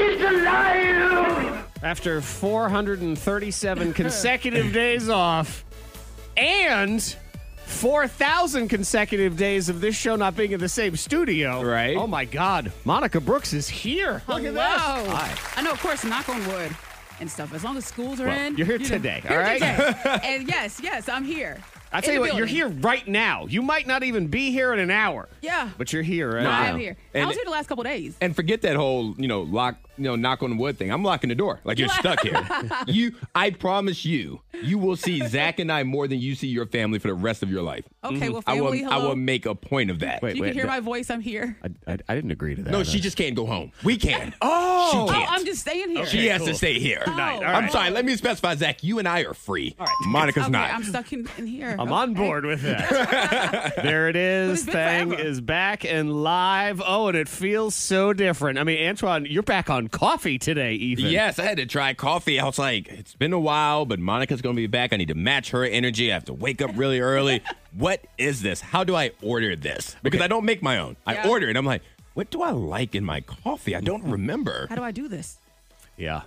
It's alive! After 437 consecutive days off and 4,000 consecutive days of this show not being in the same studio. Right. Oh my God. Monica Brooks is here. Look at Hello. that. I know, of course, knock on wood and stuff. As long as schools are in, You're here you know, today, all here right? today. and yes, yes, I'm here. I tell you In the what, you're building. here right now. You might not even be here in an hour. Yeah. But you're here right No, now. I am here. I And- was here the last couple days. And forget that whole, you know, lock, you know, knock on wood thing. I'm locking the door. Like you're stuck here. you, I promise you, you will see Zach and I more than you see your family for the rest of your life. Mm-hmm. Okay, well, I will, family, I hello. will make a point of that. Wait, you wait, can hear that- my voice. I'm here. I, I, I didn't agree to that. Uh, no, she just can't go home. We can. oh, she Oh, can't. I'm just staying here. she has to stay here. Tonight, all I'm right. sorry. Let me specify, Zach. You and I are free. All right. Monica's Okay, not. I'm stuck in, in here. I'm on board with that. there it is. It's been Thing forever. is back and live. Oh, and it feels so different. I mean, Antoine, you're back on coffee today, even. Yes, I had to try coffee. I was like, it's been a while, but Monica's going to be back. I need to match her energy. I have to wake up really early. what is this? How do I order this? Because I don't make my own. I Yeah. order it. I'm like, what do I like in my coffee? I don't remember. How do I do this? Yeah.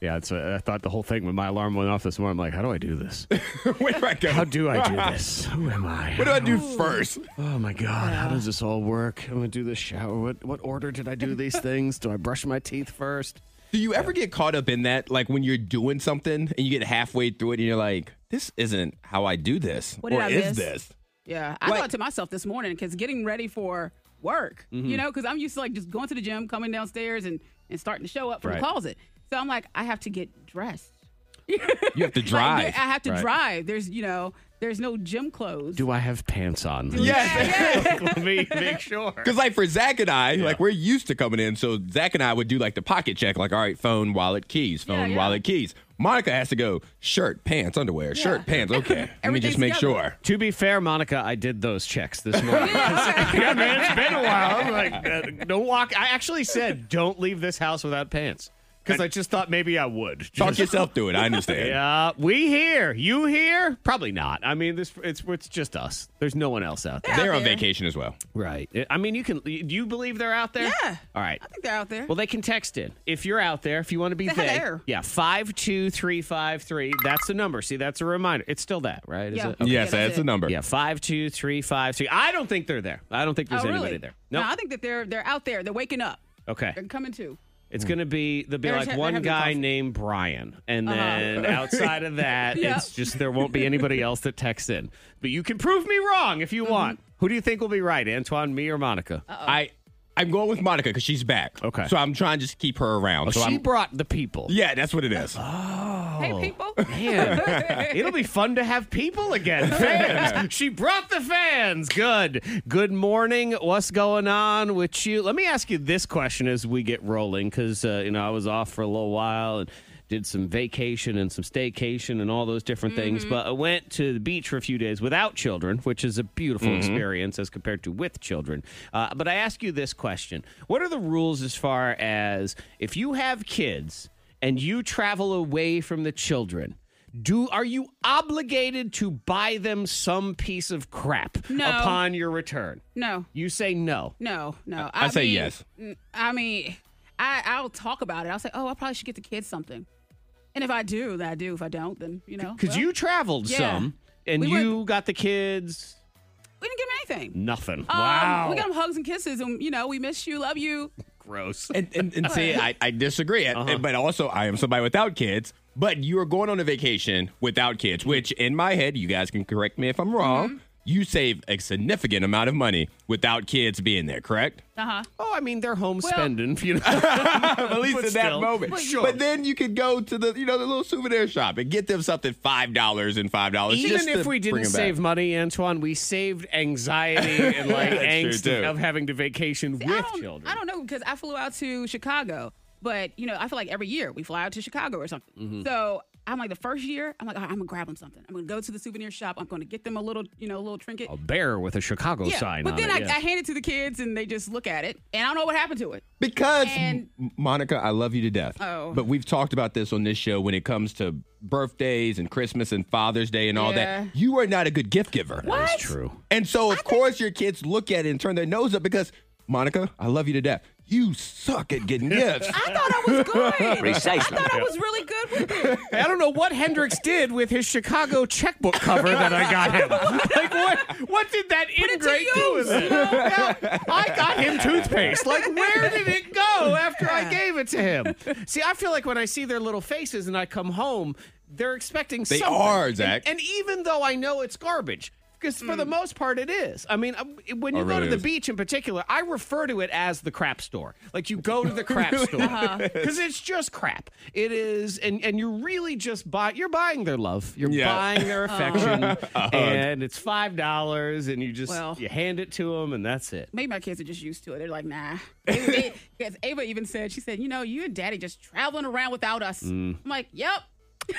Yeah. It's, uh, I thought the whole thing when my alarm went off this morning, I'm like, how do I do this? Where do I go? How do I do this? Who am I? What do I do first? Oh my God! How does this all work? I'm gonna do this shower. What what order did I do these things? Do I brush my teeth first? Do you ever get caught up in that? Like when you're doing something and you get halfway through it and you're like, this isn't how I do this. What did or I is miss? this? Yeah, I Like- thought to myself this morning because getting ready for work, Mm-hmm. you know, because I'm used to like just going to the gym, coming downstairs, and and starting to show up from Right. the closet. So I'm like, I have to get dressed. You have to Like, drive. there- I have to Right. drive. There's you know, there's no gym clothes. Do I have pants on? Yes. Let me make sure. Because like for Zach and I, like we're used to coming in, so Zach and I would do like the pocket check, like all right, phone, wallet, keys, phone, yeah. wallet, keys. Monica has to go shirt, pants, underwear, shirt, pants. Okay, let me just Everything's make together. sure. To be fair, Monica, I did those checks this morning. Okay. yeah, man, it's been a while. I'm like, uh, don't walk. I actually said, don't leave this house without pants because I just thought maybe I would. Talk Just- yourself through it. I understand. yeah, we here, you here? Probably not. I mean, this it's it's just us. There's no one else out there. They're on there. vacation as well. Right. I mean, you can. Do you believe they're out there? Yeah. All right. I think they're out there. Well, they can text in if you're out there. If you want to be They're they. there. yeah, five two three five three. That's the number. See, that's a reminder. It's still that, right? Is Yeah. it? Okay, yes, that's that's, the it. number. Yeah, five two three five three. I don't think they're there. I don't think there's oh, anybody really? there. No, Nope. I think that they're they're out there. They're waking up. Okay. They're coming to. It's gonna be there'll be They're like ha- they're one having guy coffee. named Brian, and then outside of that, Uh-huh. Yeah. it's just there won't be anybody else that texts in. But you can prove me wrong if you Mm-hmm. want. Who do you think will be right, Antoine, me or Monica? I I'm going with Monica because she's back. Okay. So I'm trying to just keep her around. so she I'm, brought the people. yeah, that's what it is. Oh. Hey, people. Man, it'll be fun to have people again. Fans. she brought the fans. Good. Good morning. What's going on with you? Let me ask you this question as we get rolling because, uh, you know, I was off for a little while and did some vacation and some staycation and all those different things. But I went to the beach for a few days without children, which is a beautiful experience as compared to with children. Uh, but I ask you this question What are the rules as far as if you have kids? and you travel away from the children, do are you obligated to buy them some piece of crap No. upon your return? No, You say no. no, no. I say mean- yes. mm, I mean, I I'll talk about it. I'll say, oh, I probably should get the kids something. And if I do, then I do. If I don't, then you know. Because well, you traveled yeah. some and We you got the kids we didn't give them anything. nothing. Um, wow. We got them hugs and kisses, and you know, we miss you, love you. Gross. And and, and see, I, I disagree. And- Uh-huh. But also, I am somebody without kids. But you are going on a vacation without kids, which in my head, you guys can correct me if I'm wrong. Mm-hmm. You save a significant amount of money without kids being there, correct? Uh-huh. Oh, I mean they're home Well- spending, you know. At least But in that still. moment. But sure. But then you could go to the you know the little souvenir shop and get them something five dollars and five dollars. Even if we didn't save money, Antoine, we saved anxiety and like That's true, angst too. of having to vacation I with don't, children. I don't know because I flew out to Chicago But you know, I feel like every year we fly out to Chicago or something. Mm-hmm. So I'm like the first year, I'm like, all right, I'm gonna grab them something. I'm gonna go to the souvenir shop. I'm gonna get them a little, you know, a little trinket. A bear with a Chicago sign but on then it. I, yeah. I hand it to the kids and they just look at it, and I don't know what happened to it. Because And- M- Monica, I love you to death. Oh. But we've talked about this on this show when it comes to birthdays and Christmas and Father's Day and all Yeah. that. You are not a good gift giver. What? That's true. And so of course your kids look at it and turn their nose up because Monica, I love you to death. You suck at getting gifts. I thought I was good. I thought I was really good with it. I don't know what Hendrix did with his Chicago checkbook cover that I got him. Like what? What did that it to ingrate do with use, it? you know? Yeah, I got him toothpaste. Like where did it go after I gave it to him? See, I feel like when I see their little faces and I come home, they're expecting They something. are, And- Zach. And, even though I know it's garbage. Because for the Hmm. most part, it is. I mean, I- when you Oh, it go to really the is. beach in particular, I refer to it as the crap store. Like you go to the crap store Uh-huh. because it's just crap. It is, and and you're really just buy. You're buying their love. You're Yeah. buying their Uh-huh. affection, and it's five dollars, and you just Well. you hand it to them, and that's it. Maybe my kids are just used to it. They're like, nah. Because Ava even said, she said, you know, you and daddy just traveling around without us. I'm like, yep.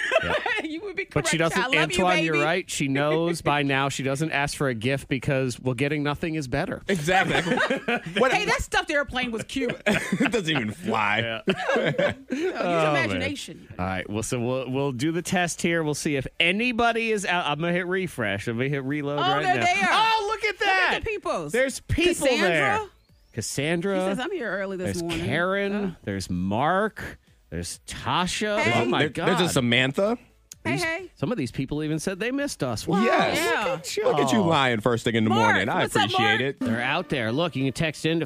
you would be correct. Mm. But she I doesn't, love Antoine. you, You, are baby. right. She knows by now. She doesn't ask for a gift because well, getting nothing is better. exactly. what Hey, that stuffed airplane was cute. it doesn't even fly. Use Oh, your imagination. All right. Well, so we'll we'll do the test here. We'll see if anybody is out. I'm gonna hit refresh. I'm gonna hit reload Oh, right they're now. there. Oh, look at Look that. at the peoples. There's people Cassandra. there. She Cassandra. says, I'm here early this There's morning. Karen. There's Mark. There's Tasha. Hey. Oh my There- god. There's a Samantha. Hey, hey. Some of these people even said they missed us. Yes. Yeah. Look at you. Look at you lying first thing in the Mark, morning. I what's up, Mark? appreciate it. They're out there. Look, you can text in to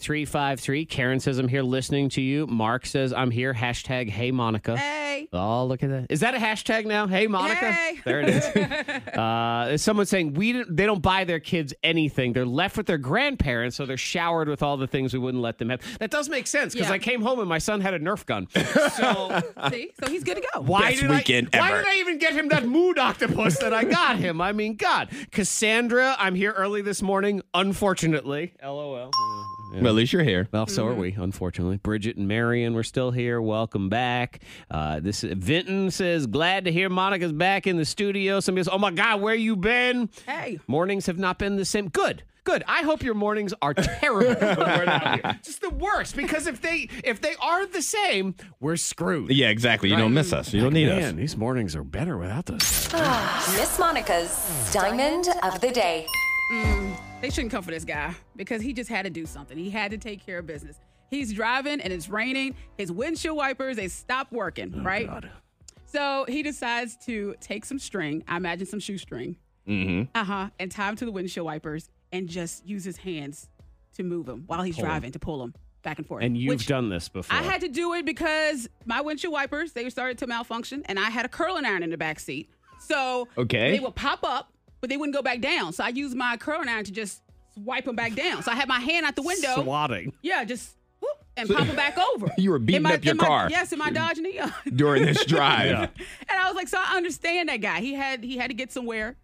52353. Karen says, I'm here listening to you. Mark says, I'm here. Hashtag, hey, Monica. Hey. Oh, look at that. Is that a hashtag now? Hey, Monica. Hey. There it is. uh, there's someone saying, we didn't, they don't buy their kids anything. They're left with their grandparents, so they're showered with all the things we wouldn't let them have. That does make sense because Yeah. I came home and my son had a Nerf gun. So. See? So he's good to go. Why Best did weekend I, Why ever. did I even get him that mood octopus that I got him? I mean, God, Cassandra, I'm here early this morning. Unfortunately, LOL. Well, at least you're here. Well, so Mm-hmm. are we. Unfortunately, Bridget and Marion, we're still here. Welcome back. Uh, this Vinton says, glad to hear Monica's back in the studio. Somebody says, oh my God, where you been? Hey. Mornings have not been the same. Good. Good. I hope your mornings are terrible. when we're not here. Just the worst. Because if they if they are the same, we're screwed. Yeah, exactly. You don't miss us. You don't need us. Man, these mornings are better without this. Miss Monica's Diamond of the Day. They shouldn't come for this guy because he just had to do something. He had to take care of business. He's driving and it's raining. His windshield wipers, they stop working, right? So he decides to take some string, I imagine some shoestring, uh huh, and tie him to the windshield wipers and just use his hands to move him while he's driving to pull him back and forth. And you've which done this before. I had to do it because my windshield wipers they started to malfunction, and I had a curling iron in the back seat. So Okay. they would pop up, but they wouldn't go back down. So I used my curling iron to just swipe them back down. So I had my hand out the window. swatting. Yeah, just whoop, and pop them back over. You were In beating my- up your in my- car. yes, in my Dodge Neon. During this drive. and I was like, so I understand that guy. He had he had to get somewhere,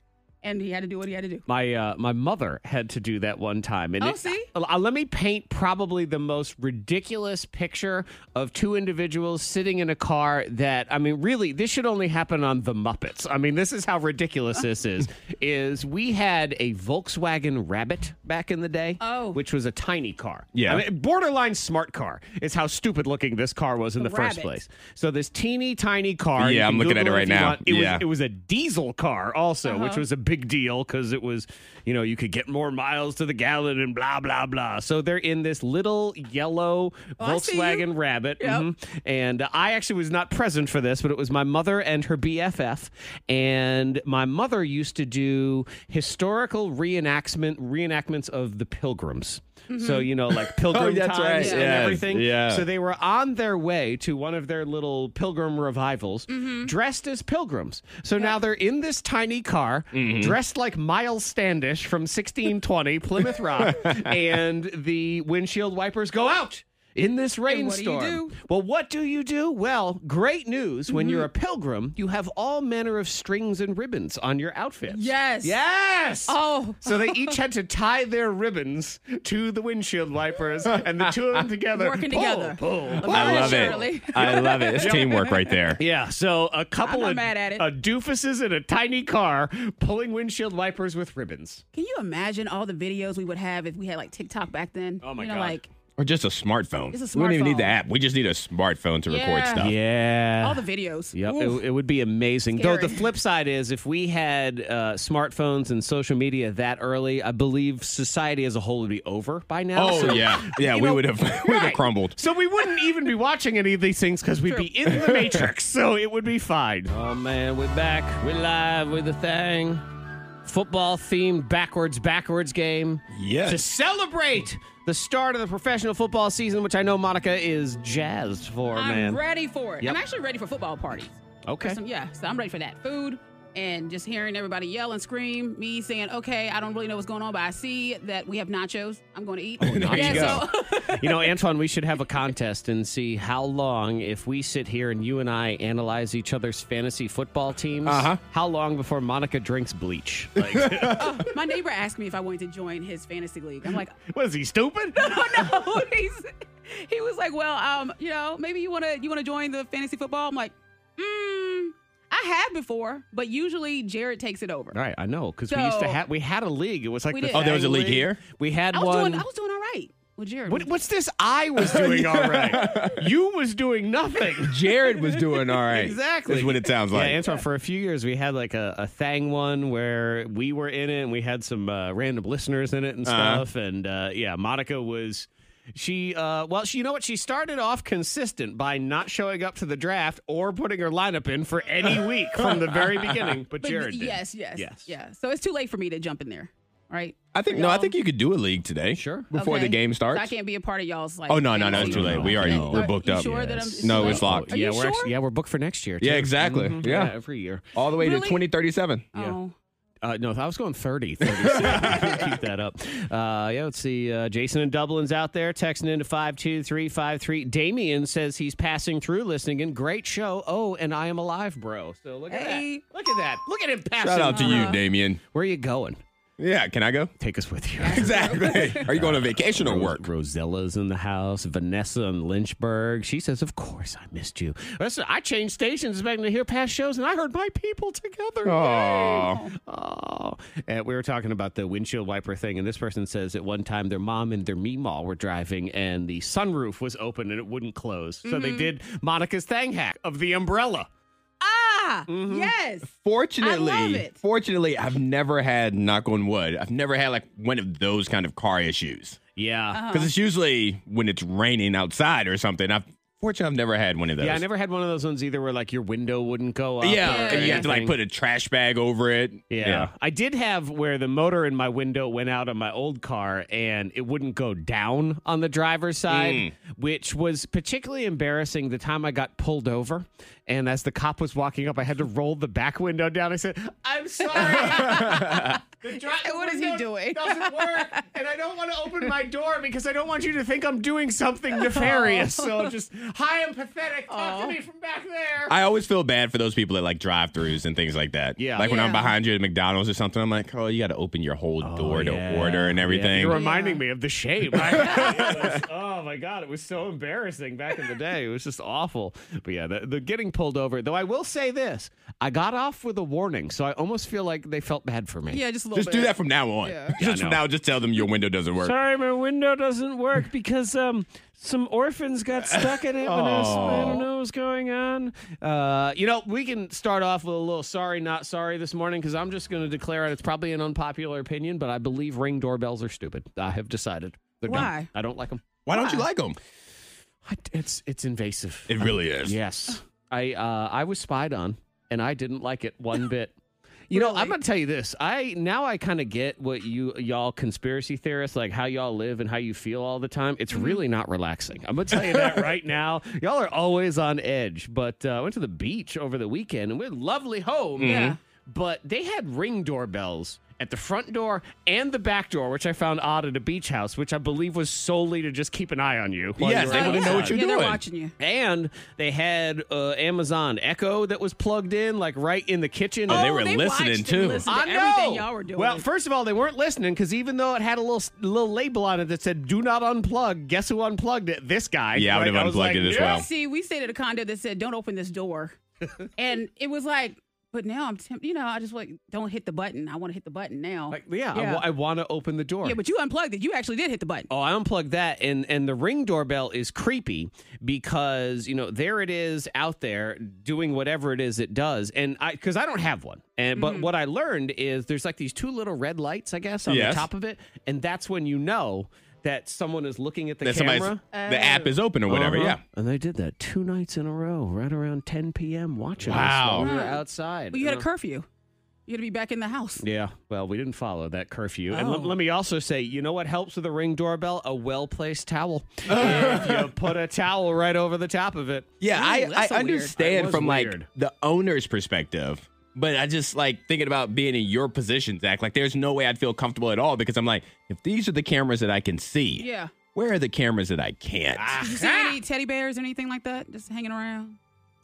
and he had to do what he had to do. My uh, my mother had to do that one time, and Oh, it- see? uh, let me paint probably the most ridiculous picture of two individuals sitting in a car. That I mean, really, this should only happen on the Muppets. I mean, this is how ridiculous this is. Is we had a Volkswagen Rabbit back in the day, Oh. which was a tiny car. Yeah. I mean, borderline smart car is how stupid looking this car was in the first Rabbit. place. So this teeny tiny car. you Yeah, can I'm looking at Google it if right you now. want. It was- Yeah. it was a diesel car also, which was a big deal because it was, you know, you could get more miles to the gallon and blah blah blah. So they're in this little yellow I see you. Volkswagen Rabbit, Yep. mhm. and I actually was not present for this, but it was my mother and her BFF, and my mother used to do historical reenactment reenactments of the Pilgrims. So you know, like pilgrim that's times right. and Yes. everything. Yeah. So they were on their way to one of their little pilgrim revivals Mm-hmm. dressed as pilgrims. So now they're in this tiny car dressed like Miles Standish from 1620 Plymouth Rock, and the windshield wipers go out. in this what do you rainstorm. do? Mm-hmm. Well, what do you do? Well, great news. When you're a pilgrim, you have all manner of strings and ribbons on your outfits. Yes. Yes. Oh. So they each had to tie their ribbons to the windshield wipers, and the two of them together Working pull, together. pull, pull. I love Shirley. it. I love it. It's teamwork right there. Yeah, so a couple not of mad at it. uh, doofuses in a tiny car pulling windshield wipers with ribbons. Can you imagine all the videos we would have if we had like TikTok back then? Oh, my you know, God. Like Or just a smartphone. Just a We don't even need the smartphone. app. We just need a smartphone to record Yeah. stuff. Yeah. all the videos. Yep, Oof. it, it would be amazing. Though the Scary. flip side is, if we had uh, smartphones and social media that early, I believe society as a whole would be over by now. Oh So- yeah, yeah. You we know- would have we would have Right. crumbled. So we wouldn't even be watching any of these things because we'd be in the matrix. So it would be fine. Oh man, we're back. We're live with the thing. Football themed backwards backwards game Yes. to celebrate the start of the professional football season, which I know Monica is jazzed for. oh, I'm man, ready for it. Yep. I'm actually ready for football parties. okay. Some- yeah, so I'm ready for that. Food and just hearing everybody yell and scream. Me saying, okay, I don't really know what's going on, but I see that we have nachos. I'm going to eat. there yeah, you go. so You know, Antoine, we should have a contest and see how long, if we sit here and you and I analyze each other's fantasy football teams, Uh-huh. how long before Monica drinks bleach? Like, my neighbor asked me if I wanted to join his fantasy league. I'm like, "Oh, what is he stupid? no. He's, he was like, well, um, you know, maybe you want to you want to join the fantasy football. I'm like, mm, I have before, but usually Jared takes it over. All right, I know because we used to So- have we had a league. It was like We the did. Oh, there was a Fang league here? We had I was one. doing I was doing all right with Jared. what, what's this? I was doing all right. You was doing nothing. Jared was doing all right. Exactly. That's what it sounds like. Yeah, Antoine, for a few years we had like a, a thang one where we were in it and we had some uh, random listeners in it and Uh-huh. stuff. And uh, yeah, Monica was. She, uh, well, she, you know what? She started off consistent by not showing up to the draft or putting her lineup in for any week from the very beginning. But, But Jared, th- did. yes, yes, yes, yes, yeah. So it's too late for me to jump in there, right? I think no. I think you could do a league today. Sure. Before Okay. the game starts. so I can't be a part of y'all's like. Oh, no, no, no, fantasy it's too late. league. We already- No. we're Are booked you up. Sure that I'm, Yes. it's No, too it's late? locked. Are yeah, you we're sure? actually, yeah, we're booked for next year. Yeah, too. exactly. Mhm. Mm-hmm. Yeah. every year. All the way to Really? twenty thirty seven. Oh, Uh, no, I was going 30. 37. Keep that up. Uh, yeah, let's see. Uh, Jason in Dublin's out there texting into 52353. Damien says he's passing through listening in. Great show. Oh, and I am alive, bro. So look at Hey. that. Look at that. Look at him passing. Shout out to you, Uh-huh. through. Damien. Where are you going? Yeah, can I go? Take us with you. Exactly. Are you going on vacation or Ros- work? Rosella's in the house. Vanessa in Lynchburg. She says, "Of course, I missed you." Listen, I changed stations expecting to hear past shows, and I heard my people together. Aw. Yay. Aw. And we were talking about the windshield wiper thing, and this person says at one time their mom and their meemaw were driving, and the sunroof was open and it wouldn't close, so they did Monica's thang hack of the umbrella. ah, Mm-hmm. yes. Fortunately, I love it. fortunately, I've never had knock on wood. I've never had like one of those kind of car issues Yeah. Uh-huh. because it's usually when it's raining outside or something. I've fortunately I've never had one of those. Yeah, I never had one of those ones either where like your window wouldn't go up. Yeah, or and you have to like anything. put a trash bag over it. Yeah. I did have where the motor in my window went out on my old car and it wouldn't go down on the driver's side, which was particularly embarrassing the time I got pulled over. And as the cop was walking up, I had to roll the back window down. I said, I'm sorry. The dri- the What is he window doing? Doesn't work, and I don't want to open my door because I don't want you to think I'm doing something nefarious. Oh. So just hi, I'm pathetic. Talk to me from back there. I always feel bad for those people that like drive-throughs and things like that. Yeah. like when I'm Yeah. behind you at McDonald's or something, I'm like, oh, you got to open your whole door Oh, yeah. to order and Yeah, everything. you're reminding me of the shame. I- oh my god, it was so embarrassing back in the day. It was just awful. But yeah, the, the getting pulled over. Though I will say this, I got off with a warning, so I almost feel like they felt bad for me. Yeah, just a little Just bit. do that from now on. Yeah. Just from now, just tell them your window doesn't work. Sorry, my window doesn't work because um some orphans got stuck in it when I, was, I don't know what was going on. Uh, you know, we can start off with a little sorry, not sorry this morning because I'm just going to declare it. It's probably an unpopular opinion, but I believe ring doorbells are stupid. I have decided. They're dumb. Why? I don't like them. Why don't you like them? I- It's it's invasive. It really is. yes, I uh, I was spied on, and I didn't like it one bit. You know, I'm Really? gonna tell you this. I now I kind of get what you y'all conspiracy theorists like how y'all live and how you feel all the time. Mm-hmm. It's really not relaxing. I'm gonna tell you that right now. Y'all are always on edge. But uh, I went to Mm-hmm. the beach over the weekend, and we had a lovely home. Yeah. But they had ring doorbells at the front door and the back door, which I found odd at a beach house, which I believe was solely to just keep an eye on you. while you Yes, were they out. wouldn't know what you're yeah, doing. they're watching you. And they had uh, Amazon Echo that was plugged in, like right in the kitchen. Oh, And they were watched listening, and too. listened I to Everything know. y'all were doing. Well, first of all, they weren't listening because even though it had a little little label on it that said "Do not unplug," guess who unplugged it? This guy. Yeah, I would have was unplugged it as "Yeah." well. See, we stayed at a condo that said, "Don't open this door," and it was like, but now I'm, temp- you know, I just like don't hit the button. I want to hit the button now. Like, yeah, I yeah. want to open the door. Yeah, but you unplugged it. You actually did hit the button. Oh, I unplugged that, and and the ring doorbell is creepy because you know there it is out there doing whatever it is it does, and I because I don't have one, and Mm-hmm. but what I learned is there's like these two little red lights, I guess, on Yes. the top of it, and that's when you know that someone is looking at the That somebody's, camera. the app is open or whatever. Uh-huh. Yeah. and they did that two nights in a row, right around 10 p.m. Watching us Wow. while we were outside. But you had a Uh, curfew. You had to be back in the house. yeah, well, we didn't follow that curfew. And let, Oh. let me also say, you know what helps with a ring doorbell? A well placed towel. if you put a towel right over the top of it. Yeah, Ooh, I, that's I so weird. That understand was from weird. like the owner's perspective, but I just like thinking about being in your position, Zach. Like, there's no way I'd feel comfortable at all because I'm like, if these are the cameras that I can see, Yeah. Ah. where are the cameras that I can't? Did you see any teddy bears or anything like that just hanging around?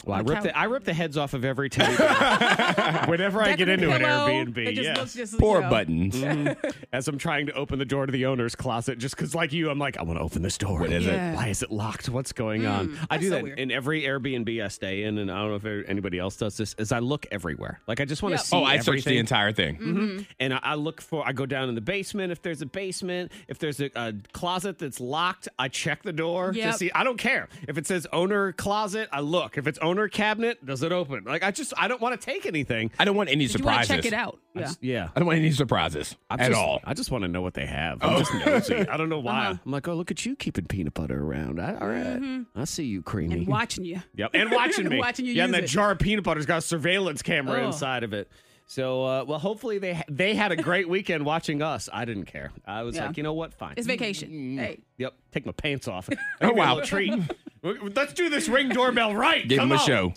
Well, I The rip, the, towel. I rip the heads off of every teddy bear. Whenever I get Decorative into an pillow Airbnb, that just yes. looks just, Four you know, buttons. Mm-hmm. As I'm trying to open the door to the owner's closet, just because, like you, I'm like, I want to open this door. What is it? Yeah. Why is it locked? What's going on? I do so that weird. in every Airbnb I stay in, and I don't know if anybody else does this. Is I look everywhere. Like I just want to Yep. see. Oh, I searched the everything. entire thing. Mm-hmm. and I, I look for. I go down in the basement if there's a basement. If there's a, a closet that's locked, I check the door Yep. to see. I don't care if it says owner closet. I look. If it's owner cabinet, does it open? Like I just I don't want to take anything. I don't want any Did you want surprises. to check it out? Yeah. Yeah. I don't want any surprises I'm at just- all. I just want to know what they have. I'm just nosy. I don't know why. Uh-huh. I'm like, oh, look at you keeping peanut butter around. I, all right. I see you, creamy. Mm-hmm. And watching you. Mm-hmm. Yep, and watching me. Watching you Yeah, and use that it. jar of peanut butter's got a surveillance camera Oh. inside of it. So, uh, well, hopefully they ha- they had a great weekend watching us. I didn't care. I was Yeah. like, you know what? Fine. Mm-hmm. It's vacation. Hey. Yep. Take my pants off. Oh, Give me a wow. little treat. W- Let's do this ring doorbell right. Give Come him a on. show.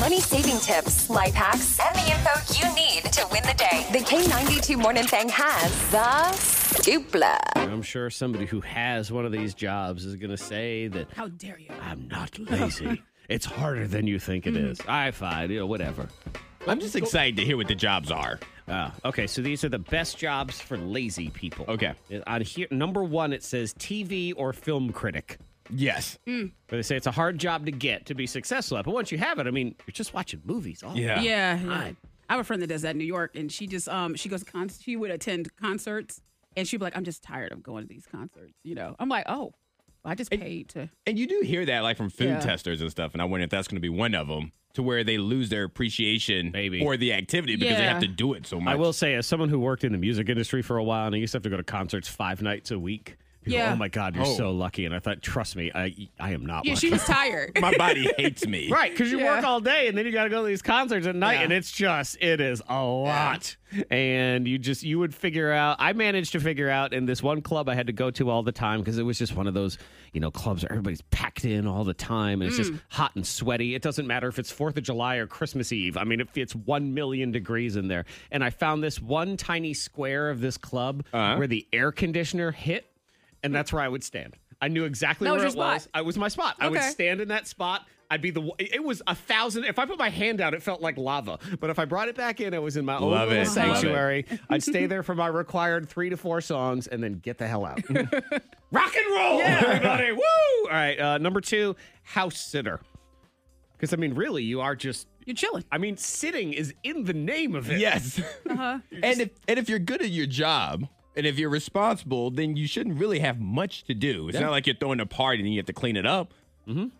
Money saving tips, life hacks, and the info you need to win the day. The K92 Morning Thing has the dupla. I'm sure somebody who has one of these jobs is going to say that How dare you? I'm not lazy. it's harder than you think Mm-hmm. it is. I fine. You know, whatever. I'm just excited to hear what the jobs are. Ah, okay, so these are the best jobs for lazy people. Okay. Uh, On here, number one, it says TV or film critic. Yes. Mm. Where they say it's a hard job to get to be successful at, but once you have it, I mean, you're just watching movies all Yeah. Yeah, yeah. Hi. I have a friend that does that in New York, and she just um she goes to con- she would attend concerts, and she'd be like, "I'm just tired of going to these concerts," you know. I'm like, "Oh, I just paid to." And you do hear that like from food Yeah. testers and stuff, and I wonder if that's going to be one of them to where they lose their appreciation Maybe. for the activity because they Yeah. have to do it so much. I will say, as someone who worked in the music industry for a while, and I used to have to go to concerts five nights a week. people, Yeah. Oh my God, you're Oh. so lucky. And I thought, trust me, I I am not Yeah, lucky. she was tired. My body hates me. Right, because you Yeah. work all day and then you got to go to these concerts at night, Yeah. and it's just it is a lot. And you just you would figure out. I managed to figure out in this one club I had to go to all the time because it was just one of those you know clubs where everybody's packed in all the time and Mm. it's just hot and sweaty. It doesn't matter if it's Fourth of July or Christmas Eve. I mean, if it's one million degrees in there. And I found this one tiny square of this club Uh-huh. where the air conditioner hit, and that's where I would stand. I knew exactly That was where your it was. spot. I was my spot. I would Okay. stand in that spot. I'd be the. one- It was a thousand. If I put my hand out, it felt like lava. But if I brought it back in, I was in my own Love little it. Love it. sanctuary. I'd stay there for my required three to four songs and then get the hell out. Rock and roll, everybody! Woo! All right, uh, number two, house sitter. Because I mean, really, you are just. You're chilling. I mean, sitting is in the name of it. Yes. Uh-huh. and if and if you're good at your job and if you're responsible, then you shouldn't really have much to do. It's not like you're throwing a party and you have to clean it up.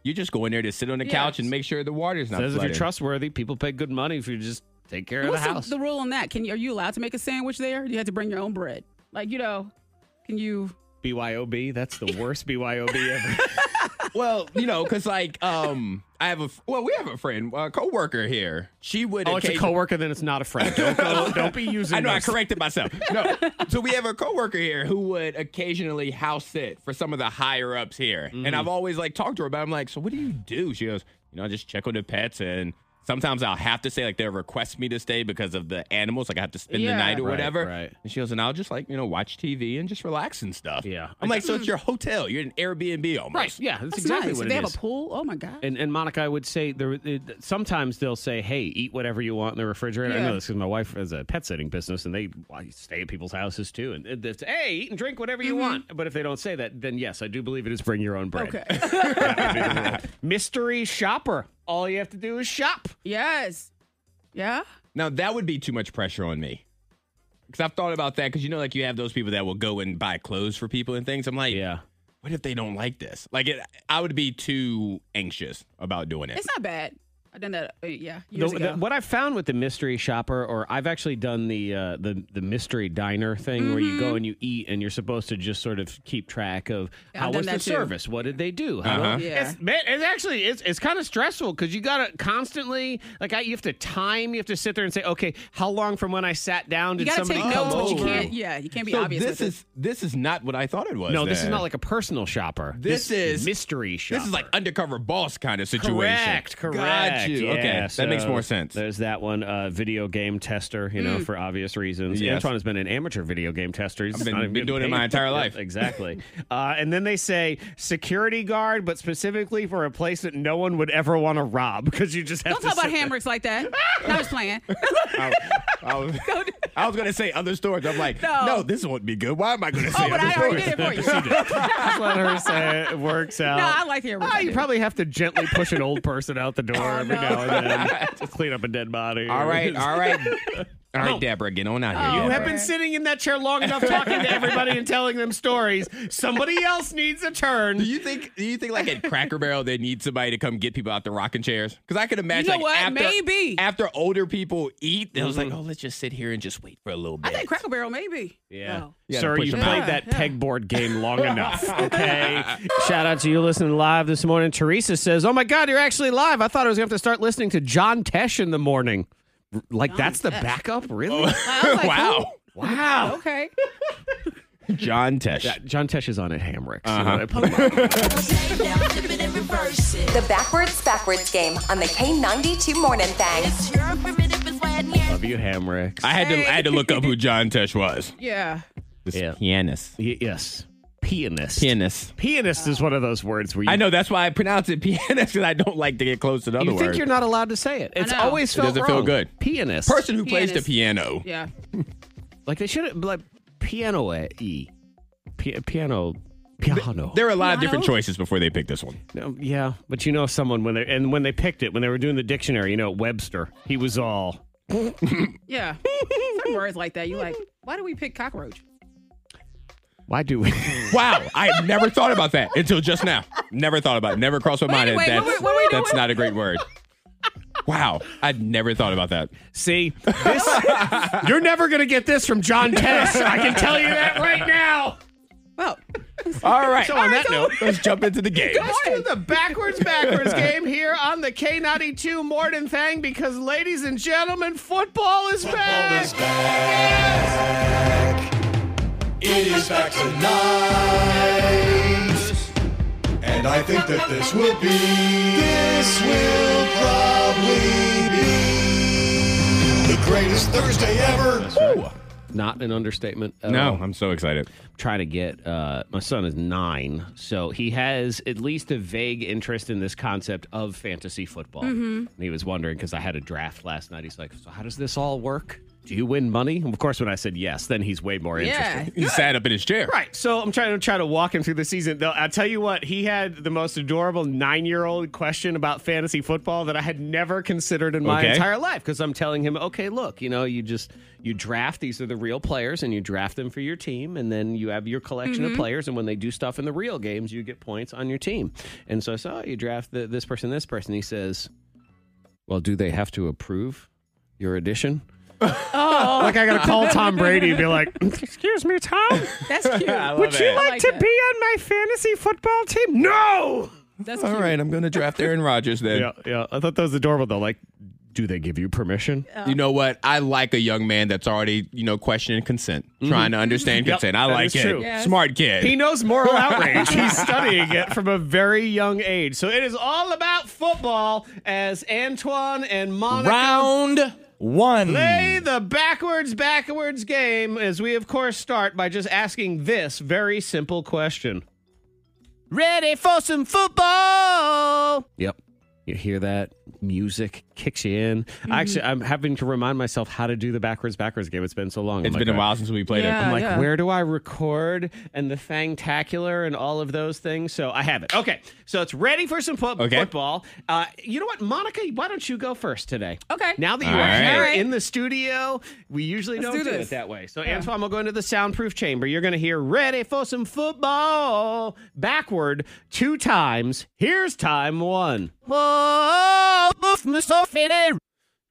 You just go in there to sit on the couch and make sure the water's not. Mm-hmm. Says if you're flooded. trustworthy, people pay good money if you just take care of the What's house. the, the rule on that? Can you are you allowed to make a sandwich there? Do you have to bring your own bread? Like you know, can you? BYOB. That's the worst BYOB ever. Well, you know, because like um, I have a f- well, we have a friend, a coworker here. She would. Oh, it's a occasion- coworker, then it's not a friend. Don't go, don't be using. I know I those. corrected myself. No, so we have a coworker here who would occasionally house sit for some of the higher Mm. ups here, and I've always like talked to her about. it. I'm like, so what do you do? She goes, you know, I just check on the pets and Sometimes I'll have to say like they'll request me to stay because of the animals, like I have to spend Yeah. the night or Right, whatever. right. And she goes, and I'll just like you know watch TV and just relax and stuff. Yeah. I'm like, so it's your hotel, you're an Airbnb almost. Right. Yeah, that's, That's exactly nice. what If it they have is. a pool. Oh my god. And, and Monica, I would say there, it, sometimes they'll say, "Hey, eat whatever you want in the refrigerator." I Yeah. know this because my wife has a pet sitting business, and they I stay at people's houses too. And it- it's, hey, eat and drink whatever you Mm-hmm. want. But if they don't say that, then yes, I do believe it is bring your own bread. okay. Mystery shopper. All you have to do is shop. yes. Yeah. Now that would be too much pressure on me. Because I've thought about that. Because you know, like you have those people that will go and buy clothes for people and things. I'm like, Yeah. What if they don't like this? Like, it, I would be too anxious about doing it. It's not bad. I done that. Uh, yeah. The- Years the- ago. what I've found with the mystery shopper, or I've actually done the uh, the the mystery diner thing, where you Mm-hmm. go and you eat, and you're supposed to just sort of keep track of Yeah, I've how done was the that too. service, what did they do, how Uh-huh. Yeah. It's, man, it's actually it's it's kind of stressful because you gotta constantly like I, you have to time, you have to sit there and say, okay, how long from when I sat down you did gotta somebody take come notes, but you over? can't. Yeah, you can't be so obvious. this with it. is this is not what I thought it was. No, this is then. not like a personal shopper. This is- mystery shopper. This is like undercover boss kind of situation. Correct, correct. Got you. okay, Yeah, that so makes more sense. Mm. There's that one uh, video game tester, you know, for obvious reasons. Yes. Antoine has been an amateur video game tester. He's I've been- not even been getting doing it paid. my entire life. exactly. Uh, and then they say security guard, but specifically for a place that no one would ever want to rob because you just have Don't to talk about sit there. hammers like that. No, I was playing. I, I was, I was gonna say other stores. I'm like, No. no, this won't be good. Why am I gonna say? Oh, but other I already stores? did it for you. Just let her say it works out. I like to hear what Ah, I you do. probably have to gently push an old person out the door every Oh, no. now and then to clean up a dead body. All right, all right, all right, No. Deborah, get on out here. You You Deborah. have been sitting in that chair long enough talking to everybody and telling them stories. Somebody else needs a turn. Do you think? Do you think like at Cracker Barrel they need somebody to come get people out the rocking chairs? Because I could imagine know like, what? after Maybe. Mm-hmm. after older people eat, they was like, oh, let's just sit here and just wait for a little I bit. think Cracker Barrel maybe. No. Yeah, Sir, to push you them played out. that Yeah. pegboard game long enough. Okay. Shout out to you listening live this morning. Teresa says, "Oh my God, you're actually live! I thought I was going to have to start listening to John Tesh in the morning. R- Like that's the backup, really? Oh. I was like, wow, Wow. Oh. Okay. John Tesh. John Tesh is on at Hamrick. Uh-huh. so I- The backwards, backwards game on the K92 Morning Thing. Love you, Hamrick. I had to I had to look up who John Tesh was. Yeah. This Yeah. pianist. Y- yes, pianist. Pianist. Pianist is one of those words where you I know that's why I pronounce it pianist because I don't like to get close to the other You think word. you're not allowed to say it. It's know. always It felt doesn't feel wrong. good. Pianist. person who plays Pianist. the piano. Yeah. Like they should have like piano e. P- piano piano. There are a lot of Piano? different choices before they pick this one. No, yeah, but you know someone when they and when they picked it when they were doing the dictionary, you know Webster. He was all Yeah. Some words like that. You like, why do we pick cockroach? why do we Wow, I never thought about that until just now. Never thought about it. Never crossed my mind. Wait, wait, that's what we- what we doing? that's not a great word. Wow, I'd never thought about that. see this? you're never gonna get this from John Tennis. I can tell you that right now. Well, All right. So on that note, let's jump into the game. Let's do the backwards backwards game here on the K92 Morton Thang because, ladies and gentlemen, football is back. It is back tonight. And I think that this will be. This will probably be. The greatest Thursday ever. Not an understatement. At No, all. I'm so excited. trying to get uh, my son is nine, so he has at least a vague interest in this concept of fantasy football. And he was wondering because I had a draft last night. He's like, "So how does this all work? Do you win money?" And of course, when I said yes, then he's way more interested. yeah. He sat up in his chair. Right. So I'm trying to try to walk him through the season. Though I'll tell you what, he had the most adorable nine year old question about fantasy football that I had never considered in my Okay. entire life. Because I'm telling him, okay, look, you know, you just you draft these are the real players and you draft them for your team, and then you have your collection of players, and when they do stuff in the real games, you get points on your team. And so I saw "Oh, you draft the, this person, this person. He says, Well, do they have to approve your addition? oh. Like I gotta call Tom Brady and be like, "Excuse me, Tom, That's cute. Would you I that. on my fantasy football team? No. That's All cute. right, I'm going to draft Aaron Rodgers then. Yeah, yeah. I thought that was adorable though. Like, Do they give you permission? you know what? I like a young man that's already, you know, questioning consent, trying to understand Mm-hmm. Yep, consent. I that like is it. true. Yes. Smart kid. He knows moral outrage. He's studying it from a very young age. So it is all about football as Antoine and Monica Round one. play the backwards, backwards game. As we, of course, start by just asking this very simple question Ready for some football? Yep. You hear that music kicks you in. Actually, I'm having to remind myself how to do the backwards, backwards game. It's been so long. It's I'm been like, a while since we played Uh, Yeah. it. I'm like, where do I record and the Fangtacular and all of those things? So I have it. Okay. So it's ready for some foot- Okay. football. Uh, you know what, Monica? Why don't you go first today? Okay. Now that you All are right. here All right. in the studio, we usually Let's don't do do, this. it that way. So Antoine will go into the soundproof chamber. You're going to hear "Ready for some football" backward two times. Here's time one. Whoa, boof, me so fitted.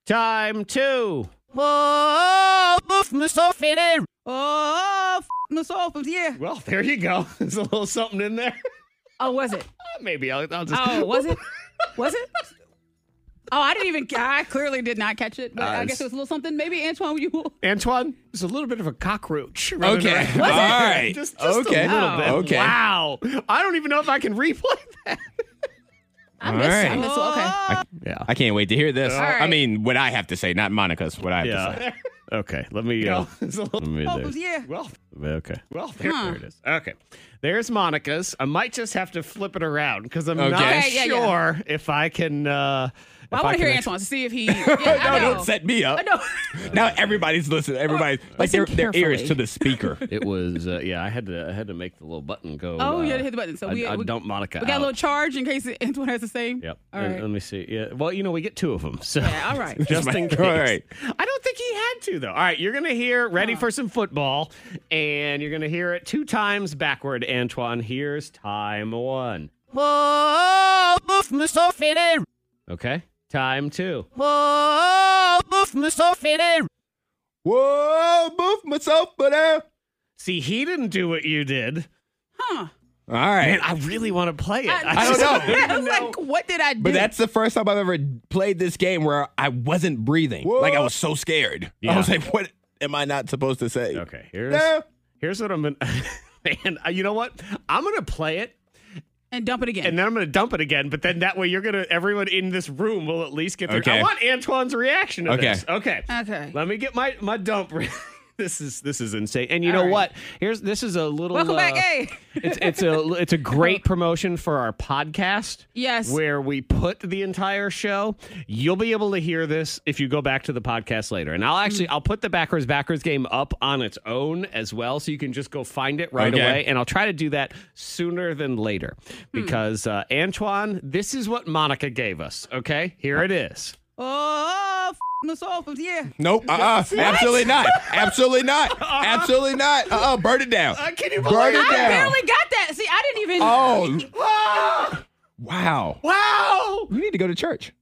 Time two. Whoa, boof, me so fitted. Oh, f- myself. Yeah. Well, there you go. There's a little something in there. Uh, Oh, was it? Maybe I'll, I'll just. Oh, was it? Was it? Oh, I didn't even. I clearly did not catch it, but I Nice. guess it was a little something. Maybe Antoine, you will. Antoine, there's a little bit of a cockroach. running Okay. around. All right. Just, just okay. a Oh, little bit. Okay. Wow. I don't even know if I can replay that. I All missed right. it. I missed it. Okay. Yeah. I can't wait to hear this. right. I mean, what I have to say, not Monica's, what I have to say. Yeah. Okay. Let me. Uh, It's a little let me Oh, there. yeah. Well, okay. Well, there, there it is. Okay. There's Monica's. I might just have to flip it around because I'm not Okay. Okay, yeah, yeah. sure if I can. Uh, Well, I if want to can actually- hear Antoine to see if he. Yeah, I No, know. don't set me up. I know. Now everybody's listening. Everybody's like Listen their, their ear is carefully. to the speaker. It was. Uh, yeah. I had to. I had to make the little button go. Oh, uh, you had to hit the button. So I, we- I we- dumped Monica. We got a out. little charge in case Antoine has the same. Yep. All And right. Let me see. Yeah. Well, you know, we get two of them. So Yeah, all right. just in case. All right. I don't think he had to though. All right, you're gonna hear "Ready for Some Football," and you're gonna hear it two times backward. Antoine, here's time one. Whoa, boof, me so fitted. Okay. Time two. Whoa, boof, me so fitted. Whoa, move myself, but uh, See, he didn't do what you did. Huh. all right. Man, I really want to play it. I- I don't know. Yeah, I was like, what did I do? but that's the first time I've ever played this game where I wasn't breathing. Like I was so scared. Yeah. I was like, what am I not supposed to say? Okay, here's No. here's what I'm gonna. Man, uh, you know what? I'm gonna play it and dump it again. and then I'm going to dump it again. But then that way, you're going to everyone in this room will at least get their. Okay. I want Antoine's reaction to Okay. this. Okay. Okay. Let me get my my dump. re- this is this is insane. And you All know right. what? Here's this is a little. Welcome back, uh, hey. It's it's a it's a great promotion for our podcast. Yes. Where we put the entire show. You'll be able to hear this if you go back to the podcast later. And I'll actually I'll put the backwards backwards game up on its own as well, so you can just go find it right Okay. away. And I'll try to do that sooner than later because uh, Antoine, this is what Monica gave us. Okay, here it is. oh, f- myself. Yeah. Nope. Uh uh Absolutely not. Absolutely not. Absolutely not. Uh uh Burn it down. can you Burn it I down. barely got that. See, I didn't even. Oh. Wow. Wow. You need to go to church.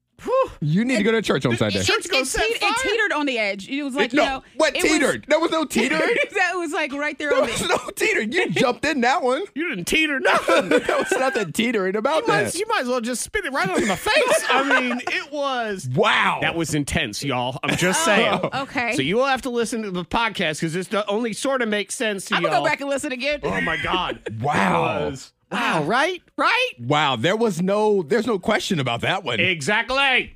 You need to go to church on Sunday. It, it, it, te- it teetered on the edge. It was like, no, you know. what it teetered? there was no Was, teeter. that was like right there there on the was no teeter. You jumped in that one. You didn't teeter nothing. there was nothing teetering about You might, that. you might as well just spit it right on my face. I mean, it was. Wow. That was intense, y'all. I'm just saying. Oh, okay. So you will have to listen to the podcast because this only sort of makes sense to I'm y'all. going to go back and listen again. Ah. oh my god! Wow. It was- Wow! Right? Right? Wow. There was no. There's no question about that one. Exactly.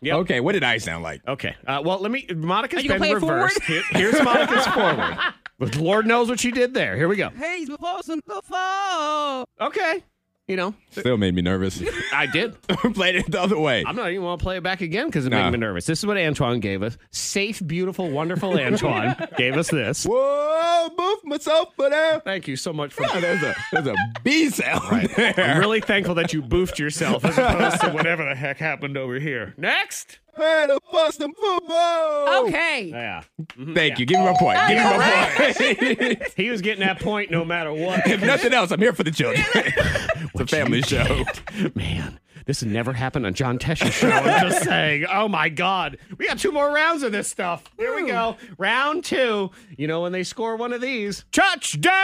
Yep. Okay. What did I sound like? Okay. Uh, well, let me. Monica's Are you gonna been play it forward? reversed. Here- here's Monica's forward. But Lord knows what she did there. Here we go. Hey, he's before some before. Okay. You know, Still made me nervous. I did. Played it the other way. I'm not even want to play it back again because it Nah. made me nervous. This is what Antoine gave us. Safe, beautiful, wonderful Antoine gave us this. Whoa, move myself, but uh, Thank you so much for that. there's a there's a B sound there. I'm really thankful that you boofed yourself as opposed to whatever the heck happened over here. Next. Man, a bust and football. Okay. Oh, Yeah. Thank you. Give me my point. Give me my point. He was getting that point no matter what. if nothing else, I'm here for the children. it's a family show. Man, this has never happened on John Tesh's show. I'm just saying. Oh my God. We got two more rounds of this stuff. Here we go. Round two. You know, when they score one of these, touchdown.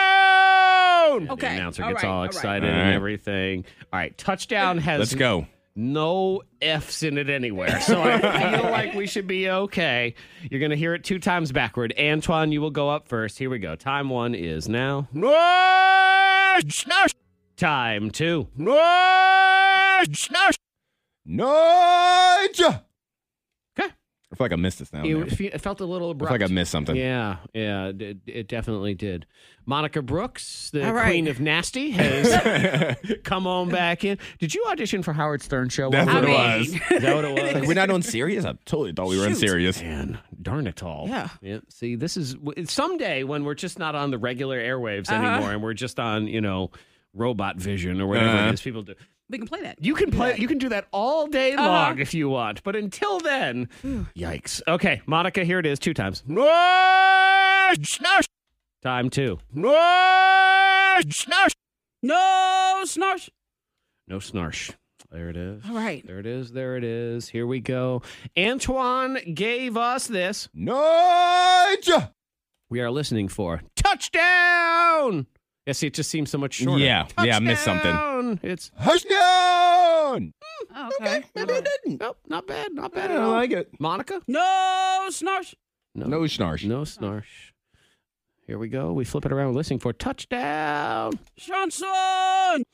Okay. The announcer All gets right. all All right. excited All and right. everything. All right. Touchdown has Let's go. no F's in it anywhere. So I feel like we should be okay. You're going to hear it two times backward. Antoine, you will go up first. Here we go. Time one is now. Time two. Nudge. Okay. I feel like I missed this now. It, man. I fe- it felt a little feel abrupt. like I missed something. Oh, Yeah, yeah, it- it, it definitely did. Monica Brooks, the All right. queen of nasty, has come on back in. Did you audition for Howard Stern show? That's What what it was I was. mean- it? Is that what it was? We're not on serious. I totally thought we were on Shoot. serious. Man, darn it all. Yeah. See, this is someday when we're just not on the regular airwaves Uh-huh. anymore, and we're just on you know robot vision or whatever Uh-huh. it is people do. We can play that. You can play. You can do that all day Uh-huh. long if you want. But until then, yikes. Okay, Monica, here it is. Two times. Time two. No, snarsh. No snarsh. There it is. All right. There it is. There it is. Here we go. Antoine gave us this. Nudge. We are listening for touchdown. Yeah, see, it just seems so much shorter. Yeah. Yeah, I missed something. Touchdown. It's Touchdown. Oh, okay. Maybe I didn't. nope, not bad, not I bad at don't all. like it. Monica, No, snarsh. No snarsh. no snarsh. Here we go. We flip it around, We're listening for touchdown. Shanson.